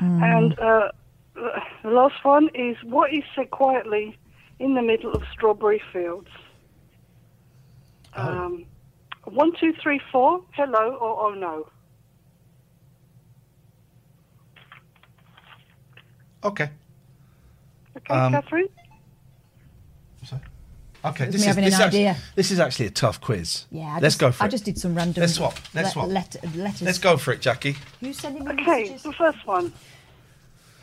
[SPEAKER 7] And uh, the last one is what is said quietly in the middle of strawberry fields?
[SPEAKER 3] Oh.
[SPEAKER 7] Um, one, two, three, four. Hello or oh no?
[SPEAKER 3] Okay.
[SPEAKER 7] Okay,
[SPEAKER 3] Um,
[SPEAKER 7] Catherine.
[SPEAKER 3] Okay.
[SPEAKER 5] Gives
[SPEAKER 3] This
[SPEAKER 5] me
[SPEAKER 3] is,
[SPEAKER 5] having
[SPEAKER 3] this,
[SPEAKER 5] an
[SPEAKER 3] actually,
[SPEAKER 5] idea.
[SPEAKER 3] this is actually a tough quiz.
[SPEAKER 5] Yeah, I
[SPEAKER 3] Let's
[SPEAKER 5] just,
[SPEAKER 3] go for
[SPEAKER 5] I
[SPEAKER 3] it.
[SPEAKER 5] just did some random.
[SPEAKER 3] Let's swap. Let's
[SPEAKER 5] le-
[SPEAKER 3] swap.
[SPEAKER 5] let- letters.
[SPEAKER 3] Let's go for it, Jackie.
[SPEAKER 5] Who's sending me
[SPEAKER 7] Okay, the first one.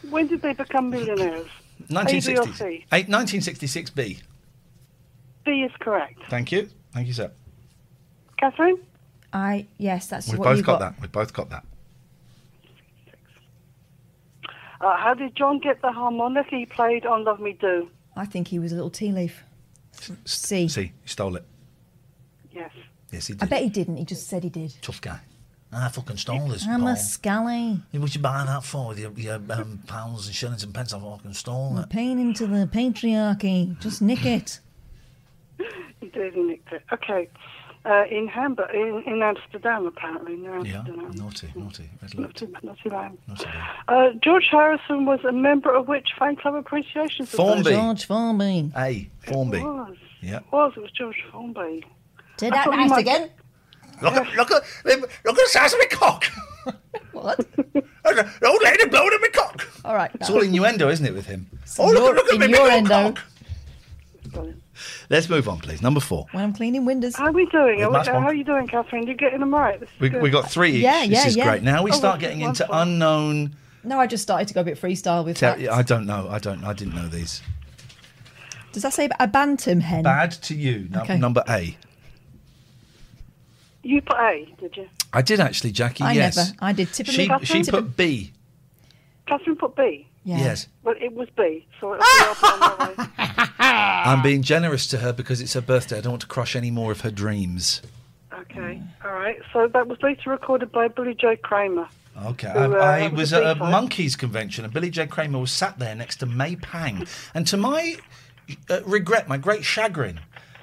[SPEAKER 7] When did they become millionaires? A, B, or
[SPEAKER 3] 1960.
[SPEAKER 7] C?
[SPEAKER 3] Eight, 1966B.
[SPEAKER 7] B is correct.
[SPEAKER 3] Thank you. Thank you, sir.
[SPEAKER 7] Catherine?
[SPEAKER 5] I yes, that's
[SPEAKER 3] We've
[SPEAKER 5] what
[SPEAKER 3] both
[SPEAKER 5] you
[SPEAKER 3] got, that. We've both got that.
[SPEAKER 7] Uh, how did John get the harmonic he played on Love Me Do?
[SPEAKER 5] I think he was a little tea leaf.
[SPEAKER 3] C. C. You stole it.
[SPEAKER 7] Yes.
[SPEAKER 3] Yes, he did.
[SPEAKER 5] I bet he didn't. He just said he did.
[SPEAKER 3] Tough guy. I fucking stole this.
[SPEAKER 5] I'm
[SPEAKER 3] Paul.
[SPEAKER 5] a scally.
[SPEAKER 3] Hey, What you buying that for with your, your um, pounds and shillings and pence? I fucking stole
[SPEAKER 5] I'm
[SPEAKER 3] it.
[SPEAKER 5] paying into the patriarchy. Just nick it.
[SPEAKER 7] He did, he nicked it. Okay. Uh, in Hamburg, in, in Amsterdam, apparently. No,
[SPEAKER 3] Yeah,
[SPEAKER 7] Amsterdam.
[SPEAKER 3] naughty, naughty. Red alert.
[SPEAKER 7] Naughty Lamb.
[SPEAKER 3] Naughty.
[SPEAKER 7] Uh, George Harrison was a member of which fan club appreciation
[SPEAKER 3] Formby.
[SPEAKER 7] society?
[SPEAKER 5] George Formby.
[SPEAKER 3] Hey,
[SPEAKER 7] It
[SPEAKER 3] Formby.
[SPEAKER 7] was.
[SPEAKER 3] Yeah.
[SPEAKER 7] It was. It was George Formby.
[SPEAKER 5] Did
[SPEAKER 7] I
[SPEAKER 5] that
[SPEAKER 7] thought you
[SPEAKER 5] nice
[SPEAKER 7] might-
[SPEAKER 5] again?
[SPEAKER 3] Look at look at look at the size of my cock.
[SPEAKER 5] What?
[SPEAKER 3] The Old lady blowing at my cock.
[SPEAKER 5] All right.
[SPEAKER 3] It's
[SPEAKER 5] no.
[SPEAKER 3] all innuendo, isn't it, with him?
[SPEAKER 5] It's
[SPEAKER 3] Oh, look,
[SPEAKER 5] your-
[SPEAKER 3] at look at
[SPEAKER 5] in
[SPEAKER 3] me, big
[SPEAKER 5] your
[SPEAKER 3] old
[SPEAKER 5] endo.
[SPEAKER 3] cock.
[SPEAKER 7] Brilliant.
[SPEAKER 3] Let's move on, please. Number four.
[SPEAKER 5] When I'm cleaning windows.
[SPEAKER 7] How are we doing?
[SPEAKER 3] Yeah,
[SPEAKER 7] Are we,
[SPEAKER 3] nice
[SPEAKER 7] how
[SPEAKER 3] one.
[SPEAKER 7] are you doing, Catherine? You're getting them right. This is
[SPEAKER 3] We,
[SPEAKER 7] good.
[SPEAKER 3] we got three each.
[SPEAKER 5] Yeah, yeah,
[SPEAKER 3] this is
[SPEAKER 5] yeah.
[SPEAKER 3] great. Now we
[SPEAKER 7] Oh,
[SPEAKER 3] start
[SPEAKER 7] what's-
[SPEAKER 3] getting
[SPEAKER 7] what's
[SPEAKER 3] into
[SPEAKER 7] one?
[SPEAKER 3] unknown.
[SPEAKER 5] No, I just started to go a bit freestyle with Mm.
[SPEAKER 3] Ter-
[SPEAKER 5] that.
[SPEAKER 3] I don't know. I don't. I didn't know these.
[SPEAKER 5] Does that say a bantam hen?
[SPEAKER 3] Bad to you. Num-
[SPEAKER 5] Okay.
[SPEAKER 3] Number A.
[SPEAKER 7] You put A, did you?
[SPEAKER 3] I did actually, Jackie.
[SPEAKER 5] I
[SPEAKER 3] yes.
[SPEAKER 5] never. I did. Tip and
[SPEAKER 3] She
[SPEAKER 5] leaf.
[SPEAKER 3] she
[SPEAKER 5] Tip and-
[SPEAKER 3] put B.
[SPEAKER 7] Catherine put B.
[SPEAKER 5] Yeah.
[SPEAKER 3] Yes.
[SPEAKER 7] Well, it was B, so it'll be up on my way.
[SPEAKER 3] I'm being generous to her because it's her birthday. I don't want to crush any more of her dreams.
[SPEAKER 7] Okay, all right. So that was later recorded by Billy Joe Kramer.
[SPEAKER 3] Okay,
[SPEAKER 7] Who, uh,
[SPEAKER 3] I, I
[SPEAKER 7] was
[SPEAKER 3] was
[SPEAKER 7] a
[SPEAKER 3] at a
[SPEAKER 7] big fan.
[SPEAKER 3] monkeys convention, and Billy J. Kramer was sat there next to May Pang. And to my uh, regret, my great chagrin,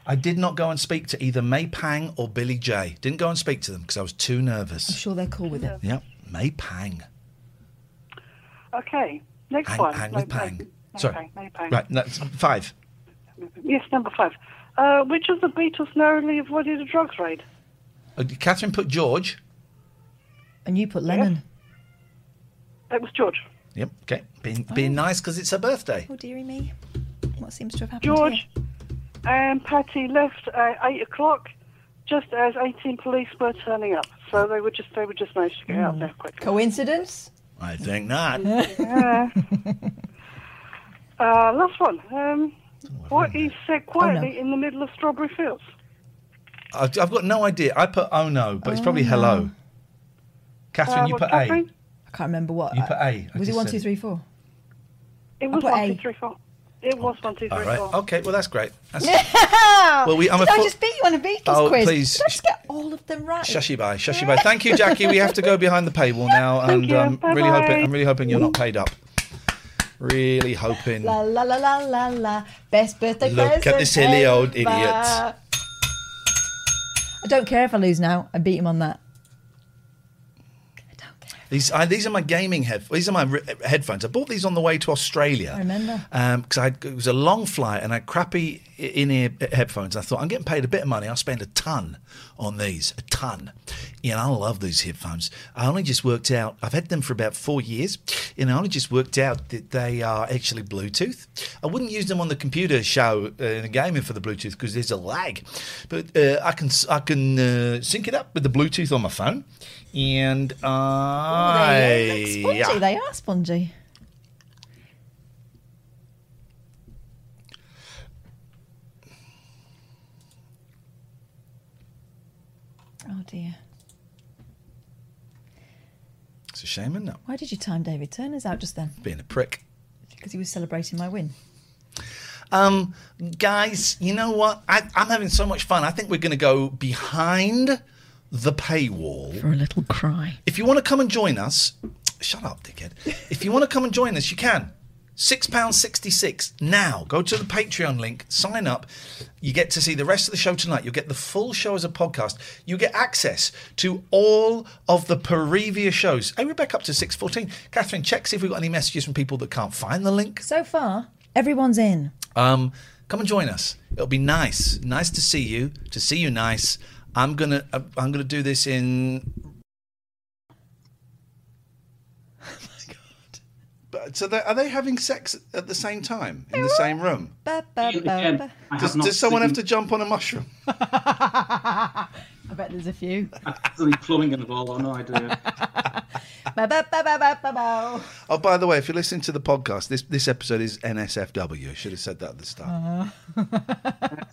[SPEAKER 3] I did not go and speak to either May Pang or Billy J. Didn't go and speak to them because I was too
[SPEAKER 5] I'm
[SPEAKER 3] nervous.
[SPEAKER 5] sure they're cool with it.
[SPEAKER 3] Yep, May Pang.
[SPEAKER 7] Okay, next
[SPEAKER 3] Hang,
[SPEAKER 7] one.
[SPEAKER 3] hang
[SPEAKER 7] No,
[SPEAKER 3] with
[SPEAKER 7] no,
[SPEAKER 3] Pang.
[SPEAKER 7] no
[SPEAKER 3] Sorry.
[SPEAKER 7] Pang, no Pang.
[SPEAKER 3] Right, that's five.
[SPEAKER 7] Yes, number five. Uh, which of the Beatles narrowly avoided a drugs raid?
[SPEAKER 3] Uh, Catherine put George.
[SPEAKER 5] And you put Lennon.
[SPEAKER 7] That was George.
[SPEAKER 3] Yep, okay. Being, being nice because it's her birthday.
[SPEAKER 5] Oh dearie me. What seems to have happened?
[SPEAKER 7] George
[SPEAKER 5] here?
[SPEAKER 7] and Patty left at eight o'clock, just as eighteen police were turning up. So they were just they were just managed to get out there quickly.
[SPEAKER 5] Coincidence?
[SPEAKER 3] I think not. I
[SPEAKER 7] Yeah. uh, last one. Um, what is said
[SPEAKER 3] Oh,
[SPEAKER 7] quietly in the middle of Strawberry Fields?
[SPEAKER 3] I've I've got no idea. I put oh no, but it's probably hello. Catherine,
[SPEAKER 7] Uh,
[SPEAKER 3] you
[SPEAKER 7] what,
[SPEAKER 3] put A.
[SPEAKER 7] Catherine?
[SPEAKER 5] I can't remember what.
[SPEAKER 3] You put A. I
[SPEAKER 5] was it
[SPEAKER 3] just
[SPEAKER 5] one,
[SPEAKER 3] said
[SPEAKER 5] two,
[SPEAKER 3] it.
[SPEAKER 5] three, four?
[SPEAKER 7] It was
[SPEAKER 5] put
[SPEAKER 7] one,
[SPEAKER 5] A.
[SPEAKER 7] two, three, four. It was one, two, three,
[SPEAKER 3] All right.
[SPEAKER 7] four.
[SPEAKER 3] Okay. Well, that's great. Oh, That's
[SPEAKER 5] well,
[SPEAKER 3] we- I'm
[SPEAKER 5] Did
[SPEAKER 3] a
[SPEAKER 5] I
[SPEAKER 3] fo-
[SPEAKER 5] just beat you on a beat this
[SPEAKER 3] Oh,
[SPEAKER 5] quiz?
[SPEAKER 3] please.
[SPEAKER 5] Did I just get all of them right?
[SPEAKER 3] shushy bye, shushy bye. Thank you, Jackie. We have to go behind the paywall now, and
[SPEAKER 5] you.
[SPEAKER 3] um, really
[SPEAKER 5] Bye-bye.
[SPEAKER 3] hoping I'm really hoping you're not paid up. Really hoping.
[SPEAKER 5] La la la la la la. Best birthday
[SPEAKER 3] Look at
[SPEAKER 5] present.
[SPEAKER 3] the silly
[SPEAKER 5] ever.
[SPEAKER 3] old idiot.
[SPEAKER 5] I don't care if I lose now. I beat him on that.
[SPEAKER 3] These I, these are my gaming head. These are my re- headphones. I bought these on the way to Australia.
[SPEAKER 5] I remember.
[SPEAKER 3] because I Um, it was a long flight and I had crappy in ear headphones. I thought I'm getting paid a bit of money. I'll spend a ton on these, a ton. You know, I love these headphones. I only just worked out. I've had them for about four years, and I only just worked out that they are actually Bluetooth. I wouldn't use them on the computer show uh, in gaming for the Bluetooth because there's a lag, but uh, I can s- I can uh, sync it up with the Bluetooth on my phone, and I
[SPEAKER 5] They're spongy. Oh, They are spongy. Oh dear.
[SPEAKER 3] It's a shame, isn't it?
[SPEAKER 5] Why did you time David Turner's out just then?
[SPEAKER 3] Being a prick.
[SPEAKER 5] Because he was celebrating my win.
[SPEAKER 3] Um, guys, you know what? I, I'm having so much fun. I think we're going to go behind the paywall
[SPEAKER 5] for a little cry.
[SPEAKER 3] If you want to come and join us, shut up, dickhead. If you want to come and join us, you can. Six pounds sixty-six now. Go to the Patreon link, sign up. You get to see the rest of the show tonight. You'll get the full show as a podcast. You get access to all of the previous shows. Hey, we're back up to six fourteen. Catherine, check see if we've got any messages from people that can't find the link.
[SPEAKER 5] So far, everyone's in.
[SPEAKER 3] Um, come and join us. It'll be nice. Nice to see you. To see you, nice. I'm gonna. uh, I'm gonna do this in. Oh my god! But so they, are they having sex at the same time in the same room?
[SPEAKER 5] Ba, ba, ba, ba.
[SPEAKER 3] Does,
[SPEAKER 5] not
[SPEAKER 3] does someone have to
[SPEAKER 5] seen-
[SPEAKER 3] jump on a mushroom?
[SPEAKER 5] I bet there's a few.
[SPEAKER 12] Absolutely plumbing involved. I no idea.
[SPEAKER 5] Ba, ba, ba, ba, ba, ba, ba.
[SPEAKER 3] Oh, by the way, if you're listening to the podcast, this this episode is NSFW. I should have said that at the start.
[SPEAKER 12] Uh,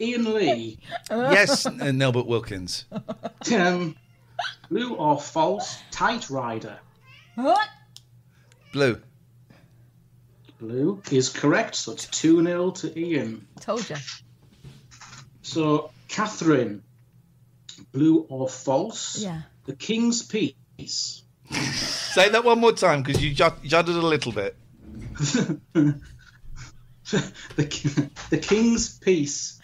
[SPEAKER 12] Ian Lee.
[SPEAKER 3] Yes, uh, Nelbert Wilkins.
[SPEAKER 12] Um, blue or false? Tight Rider.
[SPEAKER 5] What?
[SPEAKER 3] Blue.
[SPEAKER 12] Blue is correct, so it's 2 0 to Ian.
[SPEAKER 5] Told you.
[SPEAKER 12] So, Catherine, blue or false?
[SPEAKER 5] Yeah.
[SPEAKER 12] The King's Peace.
[SPEAKER 3] Say that one more time because you jud- juddered a little bit.
[SPEAKER 12] The, ki- the King's Peace.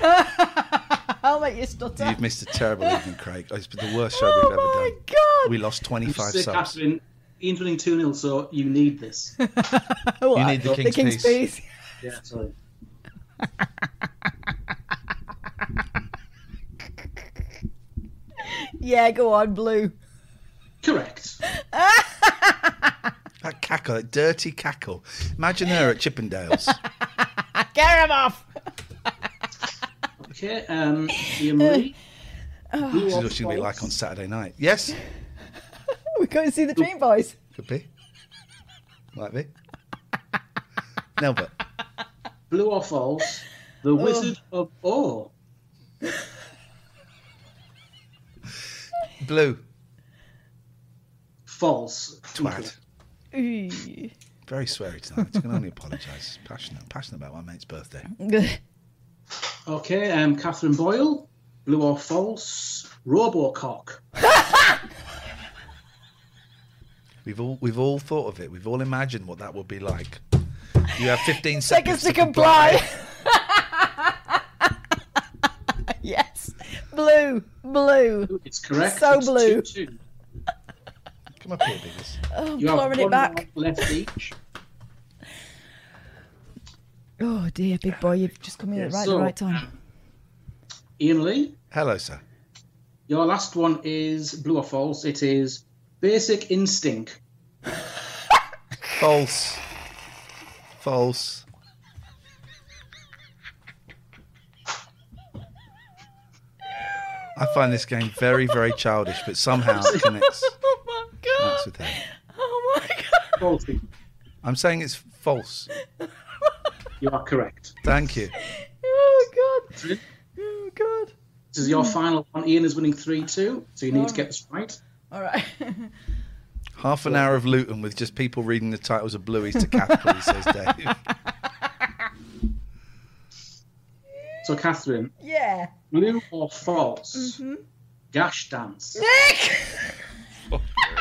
[SPEAKER 5] I'll make you stutter.
[SPEAKER 3] You've missed a terrible evening, Craig. It's been the worst show
[SPEAKER 12] Oh
[SPEAKER 3] we've ever done.
[SPEAKER 5] God!
[SPEAKER 3] We lost 25
[SPEAKER 12] So,
[SPEAKER 3] subs.
[SPEAKER 12] Catherine, Ian's winning 2 0, so you need this.
[SPEAKER 3] You need the King's, Piece.
[SPEAKER 12] Yeah, sorry.
[SPEAKER 5] Yeah, go on, blue.
[SPEAKER 12] Correct.
[SPEAKER 3] That cackle, that dirty cackle. Imagine her at Chippendales.
[SPEAKER 5] Get him off.
[SPEAKER 12] Okay, um, Ian Lee.
[SPEAKER 5] Oh.
[SPEAKER 3] This is what she's going to be like on Saturday night. Yes?
[SPEAKER 5] We're going to see the Dream Boys.
[SPEAKER 3] Could be. Might be. Nelbert.
[SPEAKER 12] Blue or false?
[SPEAKER 5] Oh.
[SPEAKER 12] The Wizard of Oz.
[SPEAKER 3] Blue.
[SPEAKER 12] False.
[SPEAKER 3] Twat.
[SPEAKER 5] Ooh.
[SPEAKER 3] Very sweary tonight. I can only apologise. Passionate. Passionate about my mate's birthday.
[SPEAKER 12] Okay, um, Catherine Boyle. Blue or false? Robocock.
[SPEAKER 3] We've all we've all thought of it. We've all imagined what that would be like. You have 15 seconds,
[SPEAKER 5] Seconds to
[SPEAKER 3] to comply.
[SPEAKER 5] comply. yes. Blue. Blue.
[SPEAKER 12] It's correct.
[SPEAKER 5] So
[SPEAKER 12] It's
[SPEAKER 5] blue.
[SPEAKER 12] 2-2.
[SPEAKER 3] Come up here, Biggers.
[SPEAKER 5] Oh, I'm
[SPEAKER 12] You have
[SPEAKER 5] clawing
[SPEAKER 12] one
[SPEAKER 5] it back.
[SPEAKER 12] mark left each.
[SPEAKER 5] Oh, dear, big boy. You've just come in at
[SPEAKER 12] Yeah,
[SPEAKER 5] right,
[SPEAKER 12] so-
[SPEAKER 5] the right time.
[SPEAKER 12] Ian Lee,
[SPEAKER 3] Hello, sir.
[SPEAKER 12] your last one is blue or false. It is Basic Instinct.
[SPEAKER 3] False. False. I find this game very, very childish, but somehow it connects,
[SPEAKER 5] oh, my
[SPEAKER 3] connects
[SPEAKER 5] God.
[SPEAKER 3] with her.
[SPEAKER 5] Oh, my God.
[SPEAKER 12] Faulty.
[SPEAKER 3] I'm saying it's false.
[SPEAKER 12] You are correct.
[SPEAKER 3] Thank you.
[SPEAKER 5] Oh, God.
[SPEAKER 12] This
[SPEAKER 5] Oh, God.
[SPEAKER 12] is your final one. Ian is winning 3 2, so you need to get this right.
[SPEAKER 5] All right.
[SPEAKER 3] Half an hour of Luton with just people reading the titles of Bluey's to Capital, says Dave.
[SPEAKER 12] um, So, Catherine,
[SPEAKER 5] Yeah.
[SPEAKER 12] blue or false?
[SPEAKER 5] Mm-hmm.
[SPEAKER 12] Gash dance.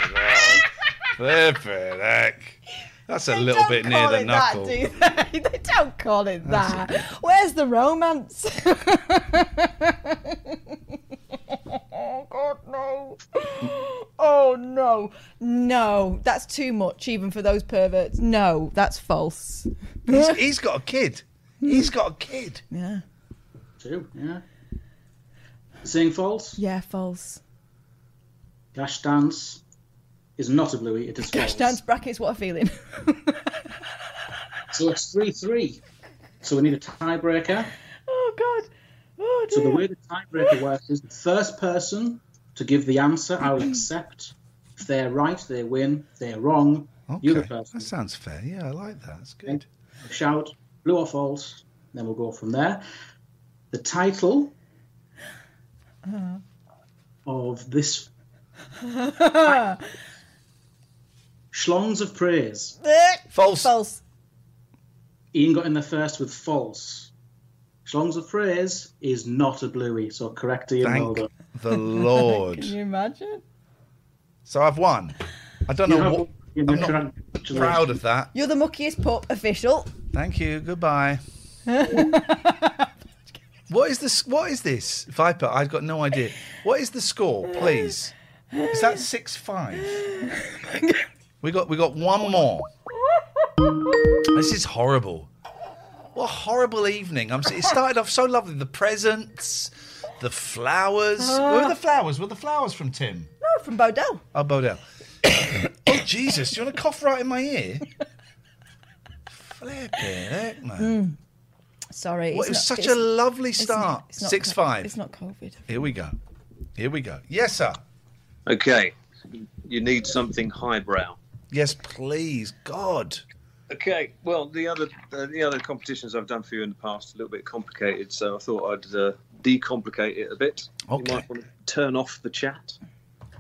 [SPEAKER 3] Flippin' heck. That's a little bit near the knuckle.
[SPEAKER 5] That, do they? they don't call it that. Where's the romance? oh God, no! Oh no, no! That's too much, even for those perverts. No, that's false.
[SPEAKER 3] He's- he's got a kid. He's got a kid.
[SPEAKER 5] Yeah.
[SPEAKER 12] True, yeah. Saying false?
[SPEAKER 5] Yeah, false.
[SPEAKER 12] Gash dance is not a bluey, it is
[SPEAKER 5] Gosh,
[SPEAKER 12] false.
[SPEAKER 5] dance brackets. What a feeling.
[SPEAKER 12] So it's 3 3. So we need a tiebreaker.
[SPEAKER 5] Oh God. Oh
[SPEAKER 12] So the
[SPEAKER 5] dear.
[SPEAKER 12] way the tiebreaker works is the first person to give the answer, I'll
[SPEAKER 5] Mm-hmm.
[SPEAKER 12] accept. If they're right, they win. If they're wrong, you're the person. That
[SPEAKER 3] sounds fair. Yeah, I like that. That's
[SPEAKER 12] good. Shout, blue or false, then we'll go from there. The title of this Schlongs of Praise.
[SPEAKER 3] False.
[SPEAKER 5] False.
[SPEAKER 12] Ian got in there first with false. Schlongs of Praise is not a bluey, so correct Ian. well
[SPEAKER 3] Thank
[SPEAKER 12] done.
[SPEAKER 3] the Lord.
[SPEAKER 5] Can you imagine?
[SPEAKER 3] So I've won. I don't
[SPEAKER 12] You
[SPEAKER 3] know
[SPEAKER 12] have
[SPEAKER 3] what.
[SPEAKER 12] won.
[SPEAKER 3] I'm not
[SPEAKER 12] Congratulations.
[SPEAKER 3] proud of that.
[SPEAKER 5] You're the muckiest pup official.
[SPEAKER 3] Thank you. Goodbye. What is this? What is this, Viper? I've got no idea. What is the score, please? Is that six five? We got we got one more. This is horrible. What a horrible evening! I'm. s- It started off so lovely. The presents, the flowers. Where were the flowers? Were the flowers from Tim?
[SPEAKER 5] Ah. No, from Bodell.
[SPEAKER 3] Oh, Bodell. oh Jesus! Do you want to cough right in my ear? Flipping heck, man.
[SPEAKER 5] Hmm. Sorry.
[SPEAKER 3] Well,
[SPEAKER 5] it's
[SPEAKER 3] it was
[SPEAKER 5] not-
[SPEAKER 3] Uh. such a
[SPEAKER 5] it's-
[SPEAKER 3] lovely
[SPEAKER 5] it's
[SPEAKER 3] start.
[SPEAKER 5] not- it's not
[SPEAKER 3] Six
[SPEAKER 5] co-
[SPEAKER 3] five.
[SPEAKER 5] It's not COVID.
[SPEAKER 3] Here we go. Here we go. Yes, sir.
[SPEAKER 13] Okay. You need something highbrow.
[SPEAKER 3] Yes, please, God.
[SPEAKER 13] Okay. Well, the other uh, the other competitions I've done for you in the past are a little bit complicated, so I thought I'd uh, decomplicate it a bit.
[SPEAKER 3] Okay.
[SPEAKER 13] You might want to turn off the chat.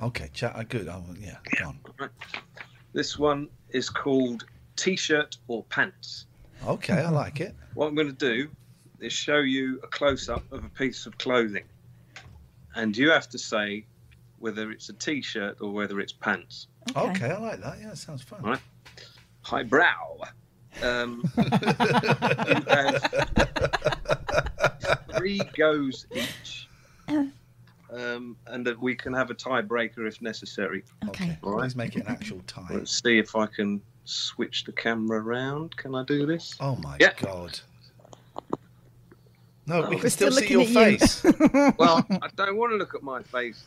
[SPEAKER 3] Okay, chat. uh, Good. Oh, yeah. Go on.
[SPEAKER 13] This one is called T-shirt or pants.
[SPEAKER 3] Okay, I like it.
[SPEAKER 13] What I'm going to do is show you a close up of a piece of clothing, and you have to say whether it's a t shirt or whether it's pants.
[SPEAKER 3] Okay. I like that. Yeah, it sounds fun.
[SPEAKER 13] All right? Highbrow. Um, you have three goes each, um, and that we can have a tiebreaker if necessary.
[SPEAKER 3] Okay.
[SPEAKER 13] All right.
[SPEAKER 3] Please make it an actual tie.
[SPEAKER 13] Let's see if I can switch the camera around. Can I do this?
[SPEAKER 3] Oh my
[SPEAKER 13] Yeah.
[SPEAKER 3] God. No,
[SPEAKER 13] Oh,
[SPEAKER 3] we
[SPEAKER 13] we're
[SPEAKER 3] can still,
[SPEAKER 13] still
[SPEAKER 3] see your
[SPEAKER 13] looking at you.
[SPEAKER 3] face.
[SPEAKER 13] well, I don't want to look at my face.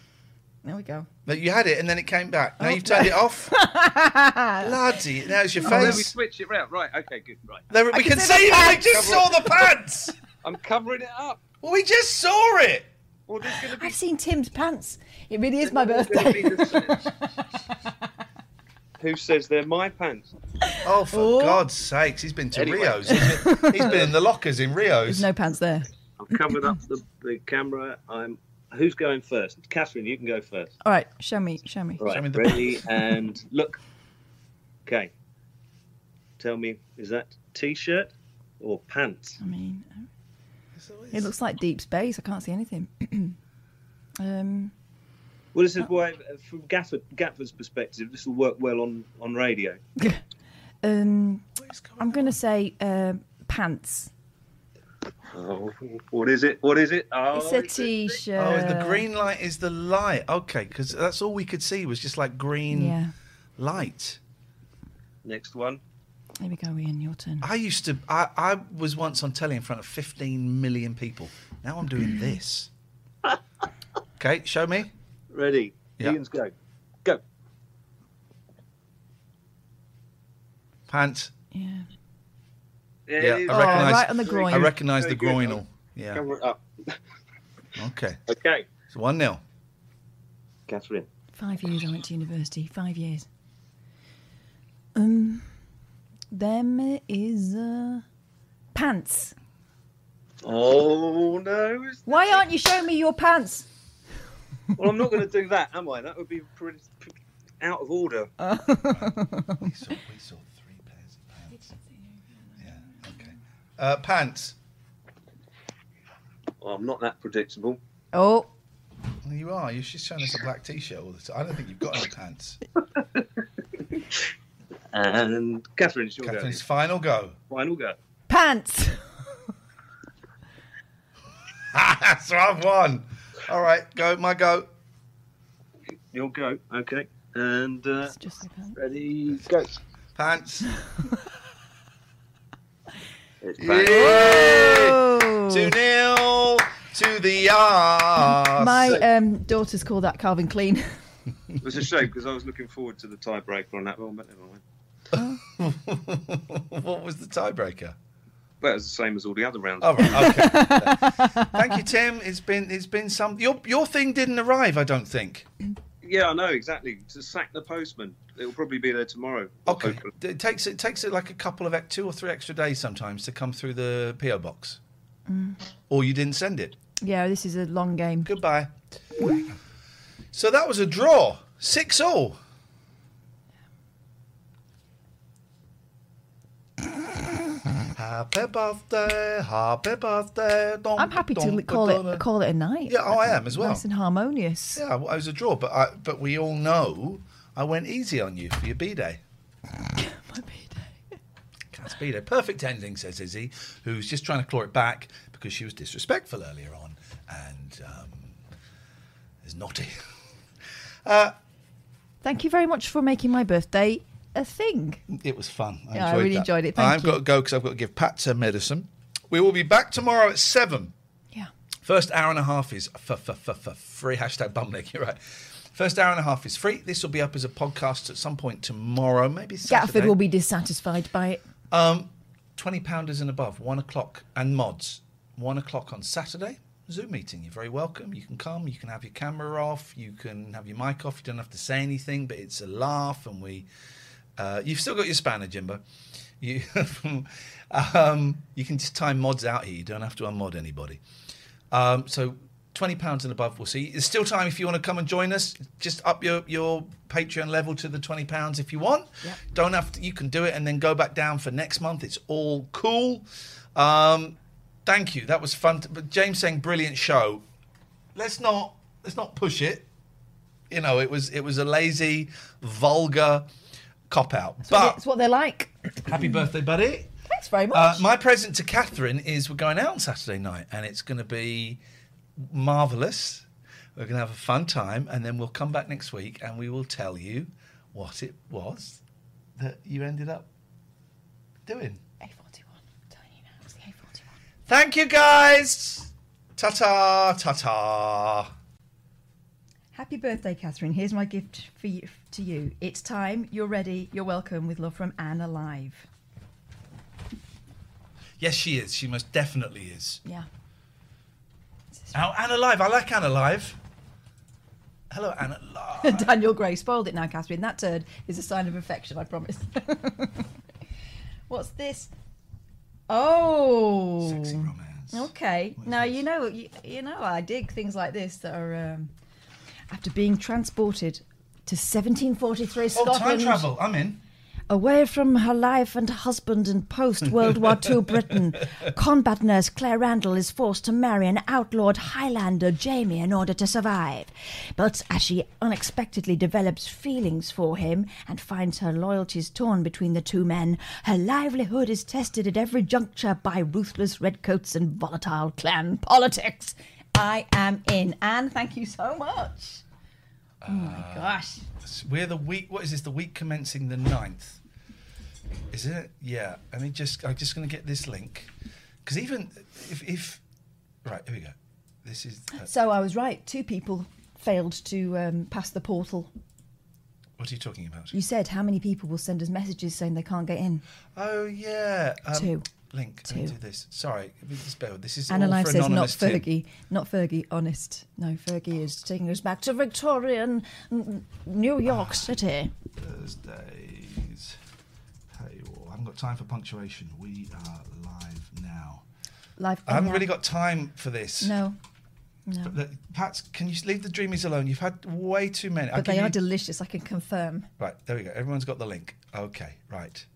[SPEAKER 5] There we go. Oh,
[SPEAKER 3] But you had it and then it came back. Now you've turned it off. Bloody, now it's your
[SPEAKER 13] Oh, let me
[SPEAKER 3] face.
[SPEAKER 13] switch it round. Right, okay, good. Right.
[SPEAKER 3] There- we I can can see see the it. We pants. just saw the pants.
[SPEAKER 13] I'm covering it up.
[SPEAKER 3] Well, we just saw it.
[SPEAKER 5] I've seen Tim's pants. It really is my birthday.
[SPEAKER 13] Who says they're my pants?
[SPEAKER 3] Oh, for God's sakes. He's been to
[SPEAKER 13] Anyway.
[SPEAKER 3] Rio's. He's been, he's been in the lockers in Rio's.
[SPEAKER 5] There's no pants there.
[SPEAKER 13] I'm covering up the, the camera. I'm. Who's going first? Catherine, you can go first.
[SPEAKER 5] All right, show me, show me.
[SPEAKER 13] Right, ready and look. Okay. Tell me, is that t-shirt or pants?
[SPEAKER 5] I mean, uh, it looks like deep space. I can't see anything. um,
[SPEAKER 13] Well, this is why, uh, from Gafford, Gafford's perspective, this will work well on on radio.
[SPEAKER 5] um, I'm going to say um pants.
[SPEAKER 13] Oh, what is it? What is it? Oh,
[SPEAKER 5] it's a t-shirt.
[SPEAKER 3] Oh, the green light is the light. Okay, because that's all we could see was just like green
[SPEAKER 5] Yeah.
[SPEAKER 3] light.
[SPEAKER 13] Next one.
[SPEAKER 5] Here we go, Ian. Your turn.
[SPEAKER 3] I used to. I, I was once on telly in front of 15 million people. Now I'm doing this. Okay, show me.
[SPEAKER 13] Ready?
[SPEAKER 3] Yeah.
[SPEAKER 13] Ian's go. Go.
[SPEAKER 3] Pants.
[SPEAKER 5] Yeah.
[SPEAKER 13] Yeah,
[SPEAKER 3] Yeah, I
[SPEAKER 13] it is.
[SPEAKER 3] recognise.
[SPEAKER 5] Oh, right on the groin.
[SPEAKER 3] I recognise the
[SPEAKER 13] Very good.
[SPEAKER 3] groinal. Yeah.
[SPEAKER 13] Cover it up.
[SPEAKER 3] Okay.
[SPEAKER 13] Okay.
[SPEAKER 3] It's one 0
[SPEAKER 13] Catherine.
[SPEAKER 5] Five years I went to university. Five years. Um, them is uh, pants.
[SPEAKER 13] Oh no! it's-
[SPEAKER 5] Why aren't you showing me your pants?
[SPEAKER 13] Well, I'm not going to do that, am I? That would be pretty, out of order.
[SPEAKER 3] we, saw, we saw three pairs of pants. Yeah, okay. Uh, pants.
[SPEAKER 13] Well, I'm not that predictable.
[SPEAKER 5] Oh.
[SPEAKER 3] Well, you are. You're just showing us a black t shirt all the time. I don't think you've got any pants.
[SPEAKER 13] And Catherine's your
[SPEAKER 3] Catherine's final go.
[SPEAKER 13] Final go.
[SPEAKER 5] Pants.
[SPEAKER 3] so I've won. All right, go. My go.
[SPEAKER 13] You'll go. Okay. And uh, ready,
[SPEAKER 3] go. Pants.
[SPEAKER 13] It's back.
[SPEAKER 3] Yeah. Two nil to the arse.
[SPEAKER 5] My um, daughters call that carving clean.
[SPEAKER 13] It was a shame because I was looking forward to the tiebreaker on that one, but never mind.
[SPEAKER 3] what was the tiebreaker?
[SPEAKER 13] Well, it was the same as all the other rounds.
[SPEAKER 3] All right. Okay. Thank you, Tim. It's been it's been some. Your your thing didn't arrive. I don't think.
[SPEAKER 13] Yeah, I know exactly. To sack the postman, it will probably be there tomorrow.
[SPEAKER 3] Okay. It takes it takes it like a couple of ex- two or three extra days sometimes to come through the PO box,
[SPEAKER 5] Mm.
[SPEAKER 3] or you didn't send it.
[SPEAKER 5] Yeah, this is a long game.
[SPEAKER 3] Goodbye. So that was a draw, six all. Happy birthday, happy birthday. Dom,
[SPEAKER 5] I'm happy
[SPEAKER 3] dom,
[SPEAKER 5] to call
[SPEAKER 3] dom.
[SPEAKER 5] it call it a night.
[SPEAKER 3] Yeah, oh, I am as well.
[SPEAKER 5] Nice and harmonious.
[SPEAKER 3] Yeah, well, it was a draw, but I, but we all know I went easy on you for your b day. My b day. Cat's b day. Perfect ending, says Izzy, who's just trying to claw it back because she was disrespectful earlier on and um, is naughty. Uh,
[SPEAKER 5] Thank you very much for making my birthday a thing.
[SPEAKER 3] It was fun.
[SPEAKER 5] Yeah, I really
[SPEAKER 3] that.
[SPEAKER 5] enjoed it. Thank
[SPEAKER 3] I've
[SPEAKER 5] you.
[SPEAKER 3] got to go because I've got to give Pat some medicine. We will be back tomorrow at seven.
[SPEAKER 5] Yeah.
[SPEAKER 3] First hour and a half is for for for for free. Hashtag bumlick. You're right. First hour and a half is free. This will be up as a podcast at some point tomorrow, maybe Saturday.
[SPEAKER 5] Gatford will be dissatisfied by it.
[SPEAKER 3] Um, twenty pounders and above, one o'clock, and mods, one o'clock on Saturday. Zoom meeting. You're very welcome. You can come. You can have your camera off. You can have your mic off. You don't have to say anything, but it's a laugh, and we. Uh, you've still got your spanner, Jimbo. You, um, you can just time mods out here. You don't have to unmod anybody. Um, so twenty pounds and above, we'll see. There's still time if you want to come and join us. Just up your your Patreon level to the twenty pounds if you want. Don't have to. You can do it and then go back down for next month. It's all cool. Um, thank you. That was fun. To, but James saying brilliant show. Let's not let's not push it. You know, it was it was a lazy, vulgar cop out.
[SPEAKER 5] It's what, they-
[SPEAKER 3] But
[SPEAKER 5] it's what they're like.
[SPEAKER 3] happy birthday, buddy.
[SPEAKER 5] Thanks very much.
[SPEAKER 3] Uh, my present to Catherine is we're going out on Saturday night, and it's going to be marvelous. We're going to have a fun time, and then we'll come back next week and we will tell you what it was that you ended up doing. Thank you, guys. Ta ta ta ta.
[SPEAKER 5] Happy birthday, Catherine. Here's my gift for you, to you. It's time. You're ready. You're welcome. With love from Anne Alive.
[SPEAKER 3] Yes, she is. She most definitely is.
[SPEAKER 5] Yeah.
[SPEAKER 3] Oh, Anna Live. I like Anna Live. Hello, Anna Live.
[SPEAKER 5] Daniel Gray spoiled it now, Catherine. That turd is a sign of affection, I promise. What's this? Oh. Sexy
[SPEAKER 3] romance.
[SPEAKER 5] Okay. Now, you know, you, you know, I dig things like this that are. Um, after being transported to 1743
[SPEAKER 3] Oh,
[SPEAKER 5] Scotland.
[SPEAKER 3] time travel. I'm in.
[SPEAKER 5] Away from her life and husband in post World War II Britain, combat nurse Claire Randall is forced to marry an outlawed Highlander Jamie in order to survive. But as she unexpectedly develops feelings for him and finds her loyalties torn between the two men, her livelihood is tested at every juncture by ruthless redcoats and volatile clan politics. I am in. Anne, thank you so much. Oh my gosh.
[SPEAKER 3] Uh, We're the week. What is this? The week commencing the 9th. Is it? Yeah. Let me just. I'm just going to get this link because even if, if right here we go. This is. Uh,
[SPEAKER 5] So I was right. Two people failed to um, pass the portal.
[SPEAKER 3] what are you talking about?
[SPEAKER 5] You said how many people will send us messages saying they can't get in?
[SPEAKER 3] Oh yeah.
[SPEAKER 5] Two.
[SPEAKER 3] Link. Let me
[SPEAKER 5] Two.
[SPEAKER 3] do this. Sorry. let me Just bear with- This is all
[SPEAKER 5] Annalise
[SPEAKER 3] for
[SPEAKER 5] says not
[SPEAKER 3] anonymous Tim.
[SPEAKER 5] Fergie, not Fergie, honest. No, Fergie is taking us back to Victorian mm, New York City.
[SPEAKER 3] Thursdays. Paywall. I haven't got time for punctuation. We are live now.
[SPEAKER 5] Live.
[SPEAKER 3] I haven't
[SPEAKER 5] on
[SPEAKER 3] really
[SPEAKER 5] air.
[SPEAKER 3] got time for this.
[SPEAKER 5] No,
[SPEAKER 3] But the- Pat, can you leave the dreamies alone? You've had way too many. I'll
[SPEAKER 5] But
[SPEAKER 3] give
[SPEAKER 5] they are
[SPEAKER 3] you-
[SPEAKER 5] delicious, I can confirm.
[SPEAKER 3] Right, there we go. Everyone's got the link. Okay, right.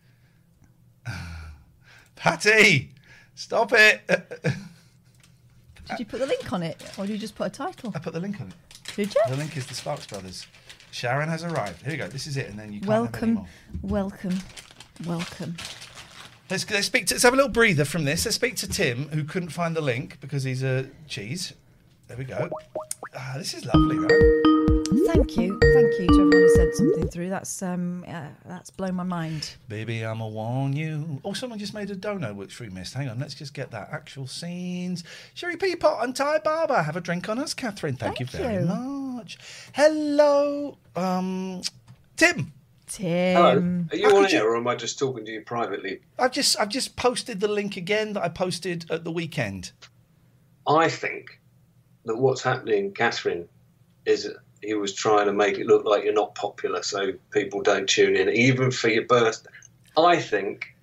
[SPEAKER 3] Patty, stop it.
[SPEAKER 5] Did you put the link on it? Or did you just put a title? I
[SPEAKER 3] Uh, put the link on it.
[SPEAKER 5] Did you?
[SPEAKER 3] The link is the Sparks Brothers. Sharon has arrived. Here we go. This is it, and then you can't have any
[SPEAKER 5] Welcome,
[SPEAKER 3] more.
[SPEAKER 5] welcome, welcome.
[SPEAKER 3] Let's, let's speak. To, let's have a little breather from this. Let's speak to Tim, who couldn't find the link because he's a cheese. There we go. Ah, this is lovely, right?
[SPEAKER 5] Thank you, thank you to everyone who sent something through. That's um, uh, that's blown my mind.
[SPEAKER 3] Baby, I'ma warn you. Oh, someone just made a dono which we missed. Hang on, let's just get that. Actual scenes. Sherry Peapot and Ty Barber. Have a drink on us, Catherine. Thank, you very
[SPEAKER 5] you.
[SPEAKER 3] much. Hello, um, Tim.
[SPEAKER 5] Tim.
[SPEAKER 3] Hello.
[SPEAKER 13] Are you
[SPEAKER 3] um, How
[SPEAKER 13] on
[SPEAKER 3] could you-
[SPEAKER 13] air, or am I just talking to you privately?
[SPEAKER 3] I've just I've just posted the link again that I posted at the weekend.
[SPEAKER 13] I think that what's happening, Catherine, is that he was trying to make it look like you're not popular, so people don't tune in, even for your birthday. I think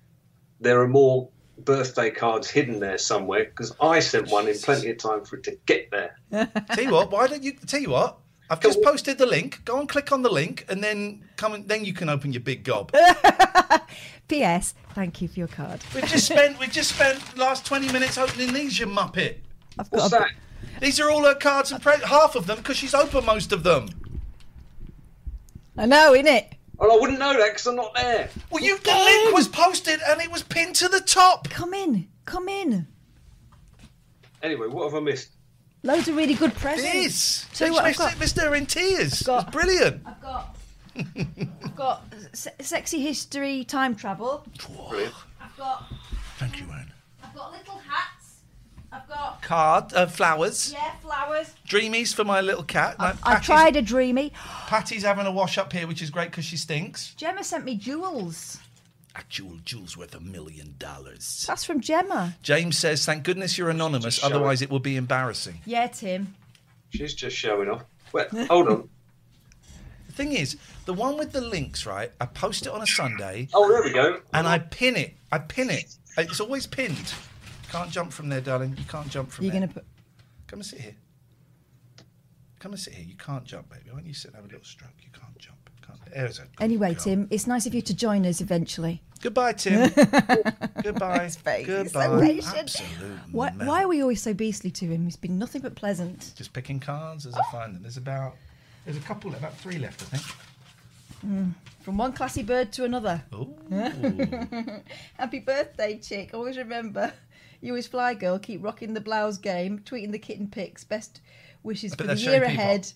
[SPEAKER 13] there are more birthday cards hidden there somewhere because I sent one in plenty of time for it to get there.
[SPEAKER 3] tell you what, why don't you tell you what? I've just posted the link. Go and click on the link, and then come and then you can open your big gob.
[SPEAKER 5] P.S. Thank you for your card.
[SPEAKER 3] We've just spent we've just spent the last twenty minutes opening these, you muppet.
[SPEAKER 5] I've
[SPEAKER 3] got
[SPEAKER 5] a-
[SPEAKER 3] These are all her cards and pre- half of them because she's opened most of them.
[SPEAKER 5] I know, innit?
[SPEAKER 13] Well, I wouldn't know that because I'm not there.
[SPEAKER 3] Well, you the link was posted and it was pinned to the top.
[SPEAKER 5] Come in, come in.
[SPEAKER 13] Anyway, what have I missed?
[SPEAKER 5] Loads of really good presents.
[SPEAKER 3] This,
[SPEAKER 5] Tell you
[SPEAKER 3] Miss-
[SPEAKER 5] what, I've got,
[SPEAKER 3] Mister in tears. it's brilliant.
[SPEAKER 5] I've got, I've got se- sexy history, time travel.
[SPEAKER 3] Brilliant.
[SPEAKER 5] I've got,
[SPEAKER 3] Thank you, Anne.
[SPEAKER 5] I've got little hats. I've got
[SPEAKER 3] Card, uh, flowers,
[SPEAKER 5] yeah, flowers.
[SPEAKER 3] dreamies for my little cat. Now,
[SPEAKER 5] I
[SPEAKER 3] Patty's,
[SPEAKER 5] tried a dreamy.
[SPEAKER 3] Patty's having a wash up here, which is great because she stinks.
[SPEAKER 5] Gemma sent me jewels.
[SPEAKER 3] Actual jewels worth a million dollars.
[SPEAKER 5] That's from Gemma.
[SPEAKER 3] James says, "Thank goodness you're anonymous, otherwise it would be embarrassing."
[SPEAKER 5] Yeah, Tim.
[SPEAKER 13] She's just showing off. Wait, hold on.
[SPEAKER 3] The thing is, the one with the links, right? I post it on a Sunday.
[SPEAKER 13] Oh, there we go.
[SPEAKER 3] And I pin it. I pin it. It's always pinned. Can't jump from there, darling. You can't jump from
[SPEAKER 5] You're
[SPEAKER 3] there.
[SPEAKER 5] gonna put.
[SPEAKER 3] Come and sit here. Come and sit here. You can't jump, baby. Why don't you sit and have a little stroke? You can't jump. Can't. There's a
[SPEAKER 5] Anyway, Tim, it's nice of you to join us eventually.
[SPEAKER 3] Goodbye, Tim. Goodbye. Goodbye.
[SPEAKER 5] patient.
[SPEAKER 3] Absolute
[SPEAKER 5] Why,
[SPEAKER 3] mess.
[SPEAKER 5] why are we always so beastly to him? He's been nothing but pleasant.
[SPEAKER 3] Just picking cards as I find them. There's about there's a couple, left, about three left, I think.
[SPEAKER 5] Mm. From one classy bird to another. Happy birthday, chick. Always remember, you as Fly Girl keep rocking the blouse game, tweeting the kitten pics. Best wishes
[SPEAKER 3] I
[SPEAKER 5] for
[SPEAKER 3] bet
[SPEAKER 5] the
[SPEAKER 3] that's
[SPEAKER 5] year
[SPEAKER 3] Sherry Peacock.
[SPEAKER 5] ahead.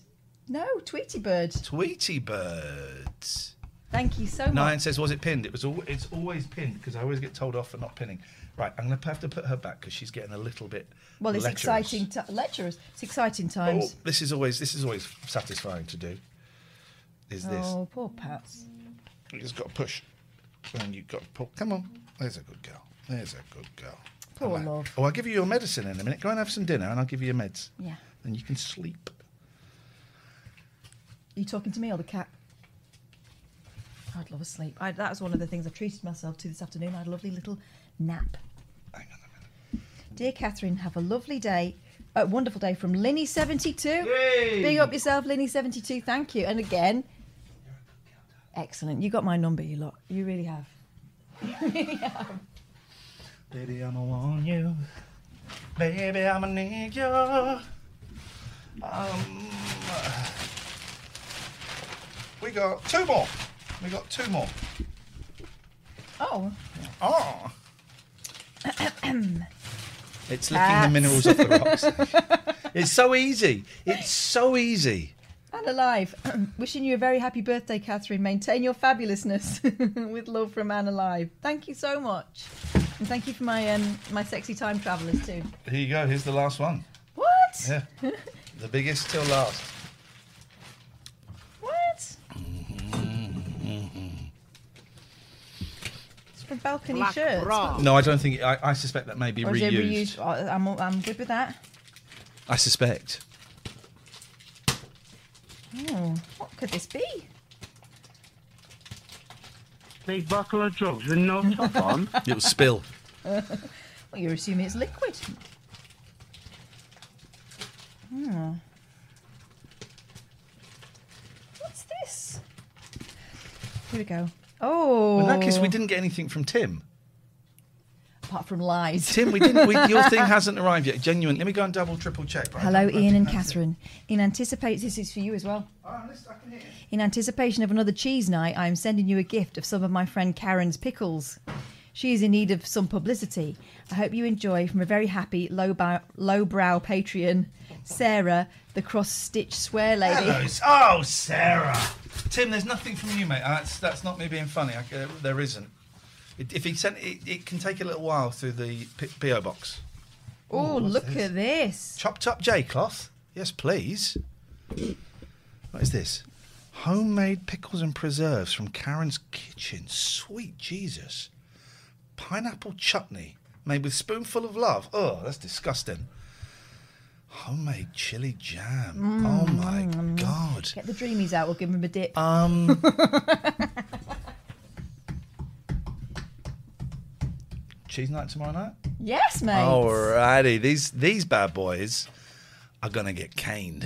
[SPEAKER 5] No, Tweety Bird.
[SPEAKER 3] Tweety birds.
[SPEAKER 5] Thank you so
[SPEAKER 3] Nine
[SPEAKER 5] much.
[SPEAKER 3] says, "Was it pinned? It was. Al- it's always pinned because I always get told off for not pinning." Right, I'm going to have to put her back because she's getting a little bit.
[SPEAKER 5] Well, it's
[SPEAKER 3] lecherous.
[SPEAKER 5] exciting. T- lecturers. It's exciting times.
[SPEAKER 3] Oh, this is always this is always satisfying to do. Is this?
[SPEAKER 5] Oh, poor Pats.
[SPEAKER 3] You just got to push, and you got to pull. Come on, there's a good girl. There's a good girl.
[SPEAKER 5] Poor
[SPEAKER 3] Hello.
[SPEAKER 5] love.
[SPEAKER 3] Oh, I'll give you your medicine in a minute. Go and have some dinner, and I'll give you your meds.
[SPEAKER 5] Yeah.
[SPEAKER 3] Then you can sleep.
[SPEAKER 5] you talking to me or the cat? I'd love a sleep. I, that was one of the things I treated myself to this afternoon. I had a lovely little nap. Dear Catherine, have a lovely day. A wonderful day from Linny72.
[SPEAKER 14] Yay!
[SPEAKER 5] Big up yourself, Linny72. Thank you. And again, excellent. You got my number, you lot. You really have.
[SPEAKER 3] Baby, I'ma warn you. Baby, I'ma need you. Um, uh, we got two more. We got two more.
[SPEAKER 5] Oh.
[SPEAKER 3] Oh. It's licking the
[SPEAKER 5] Cats.
[SPEAKER 3] minerals off the rocks. it's so easy. It's so easy.
[SPEAKER 5] And alive. Wishing you a very happy birthday, Catherine. Maintain your fabulousness with love from Anne Alive. Thank you so much. And thank you for my um, my sexy time travellers too.
[SPEAKER 3] Here you go. Here's the last one.
[SPEAKER 5] What?
[SPEAKER 3] Yeah. The biggest till last.
[SPEAKER 5] What?
[SPEAKER 3] Mm-hmm.
[SPEAKER 5] It's from balcony shirts.
[SPEAKER 3] No, I don't think. I, I suspect that may be
[SPEAKER 5] Or is it
[SPEAKER 3] reused.
[SPEAKER 5] reused? Oh, I'm, I'm good with that.
[SPEAKER 3] I suspect.
[SPEAKER 5] Oh, what could this be?
[SPEAKER 7] Big bottle of drugs with no
[SPEAKER 5] Hmm.
[SPEAKER 7] top on.
[SPEAKER 3] It'll spill.
[SPEAKER 5] well, you're assuming it's liquid. Hmm.
[SPEAKER 15] Hmm. What's this? Here we go. Oh.
[SPEAKER 3] In that case, we didn't get anything from Tim.
[SPEAKER 15] Apart from lies.
[SPEAKER 3] Tim, we didn't. We, your thing hasn't arrived yet. Genuine. Let me go and double, triple check. Right?
[SPEAKER 15] Hello, Ian and Catherine. In anticipation, this is for you as well. In anticipation of another cheese night, I am sending you a gift of some of my friend Karen's pickles. She is in need of some publicity. I hope you enjoy from a very happy lowbrow, lowbrow Patreon, Sarah, the cross stitch swear lady.
[SPEAKER 3] Hello, s- oh, Sarah. Tim, there's nothing from you, mate. Uh, That's, that's not me being funny. I, uh, there isn't. It, if he sent, it, it can take a little while through the P- PO box.
[SPEAKER 15] Oh, look at this.
[SPEAKER 3] Chopped up J cloth. Yes, please. What is this? Homemade pickles and preserves from Karen's kitchen. Sweet Jesus. Pineapple chutney made with spoonful of love. Oh, that's disgusting. Homemade chili jam. Oh my god.
[SPEAKER 15] Mm. Get the dreamies out, we'll give them a dip.
[SPEAKER 3] Um. Cheese night tomorrow night?
[SPEAKER 15] yes, mate.
[SPEAKER 3] Alrighty, these these bad boys are gonna get caned.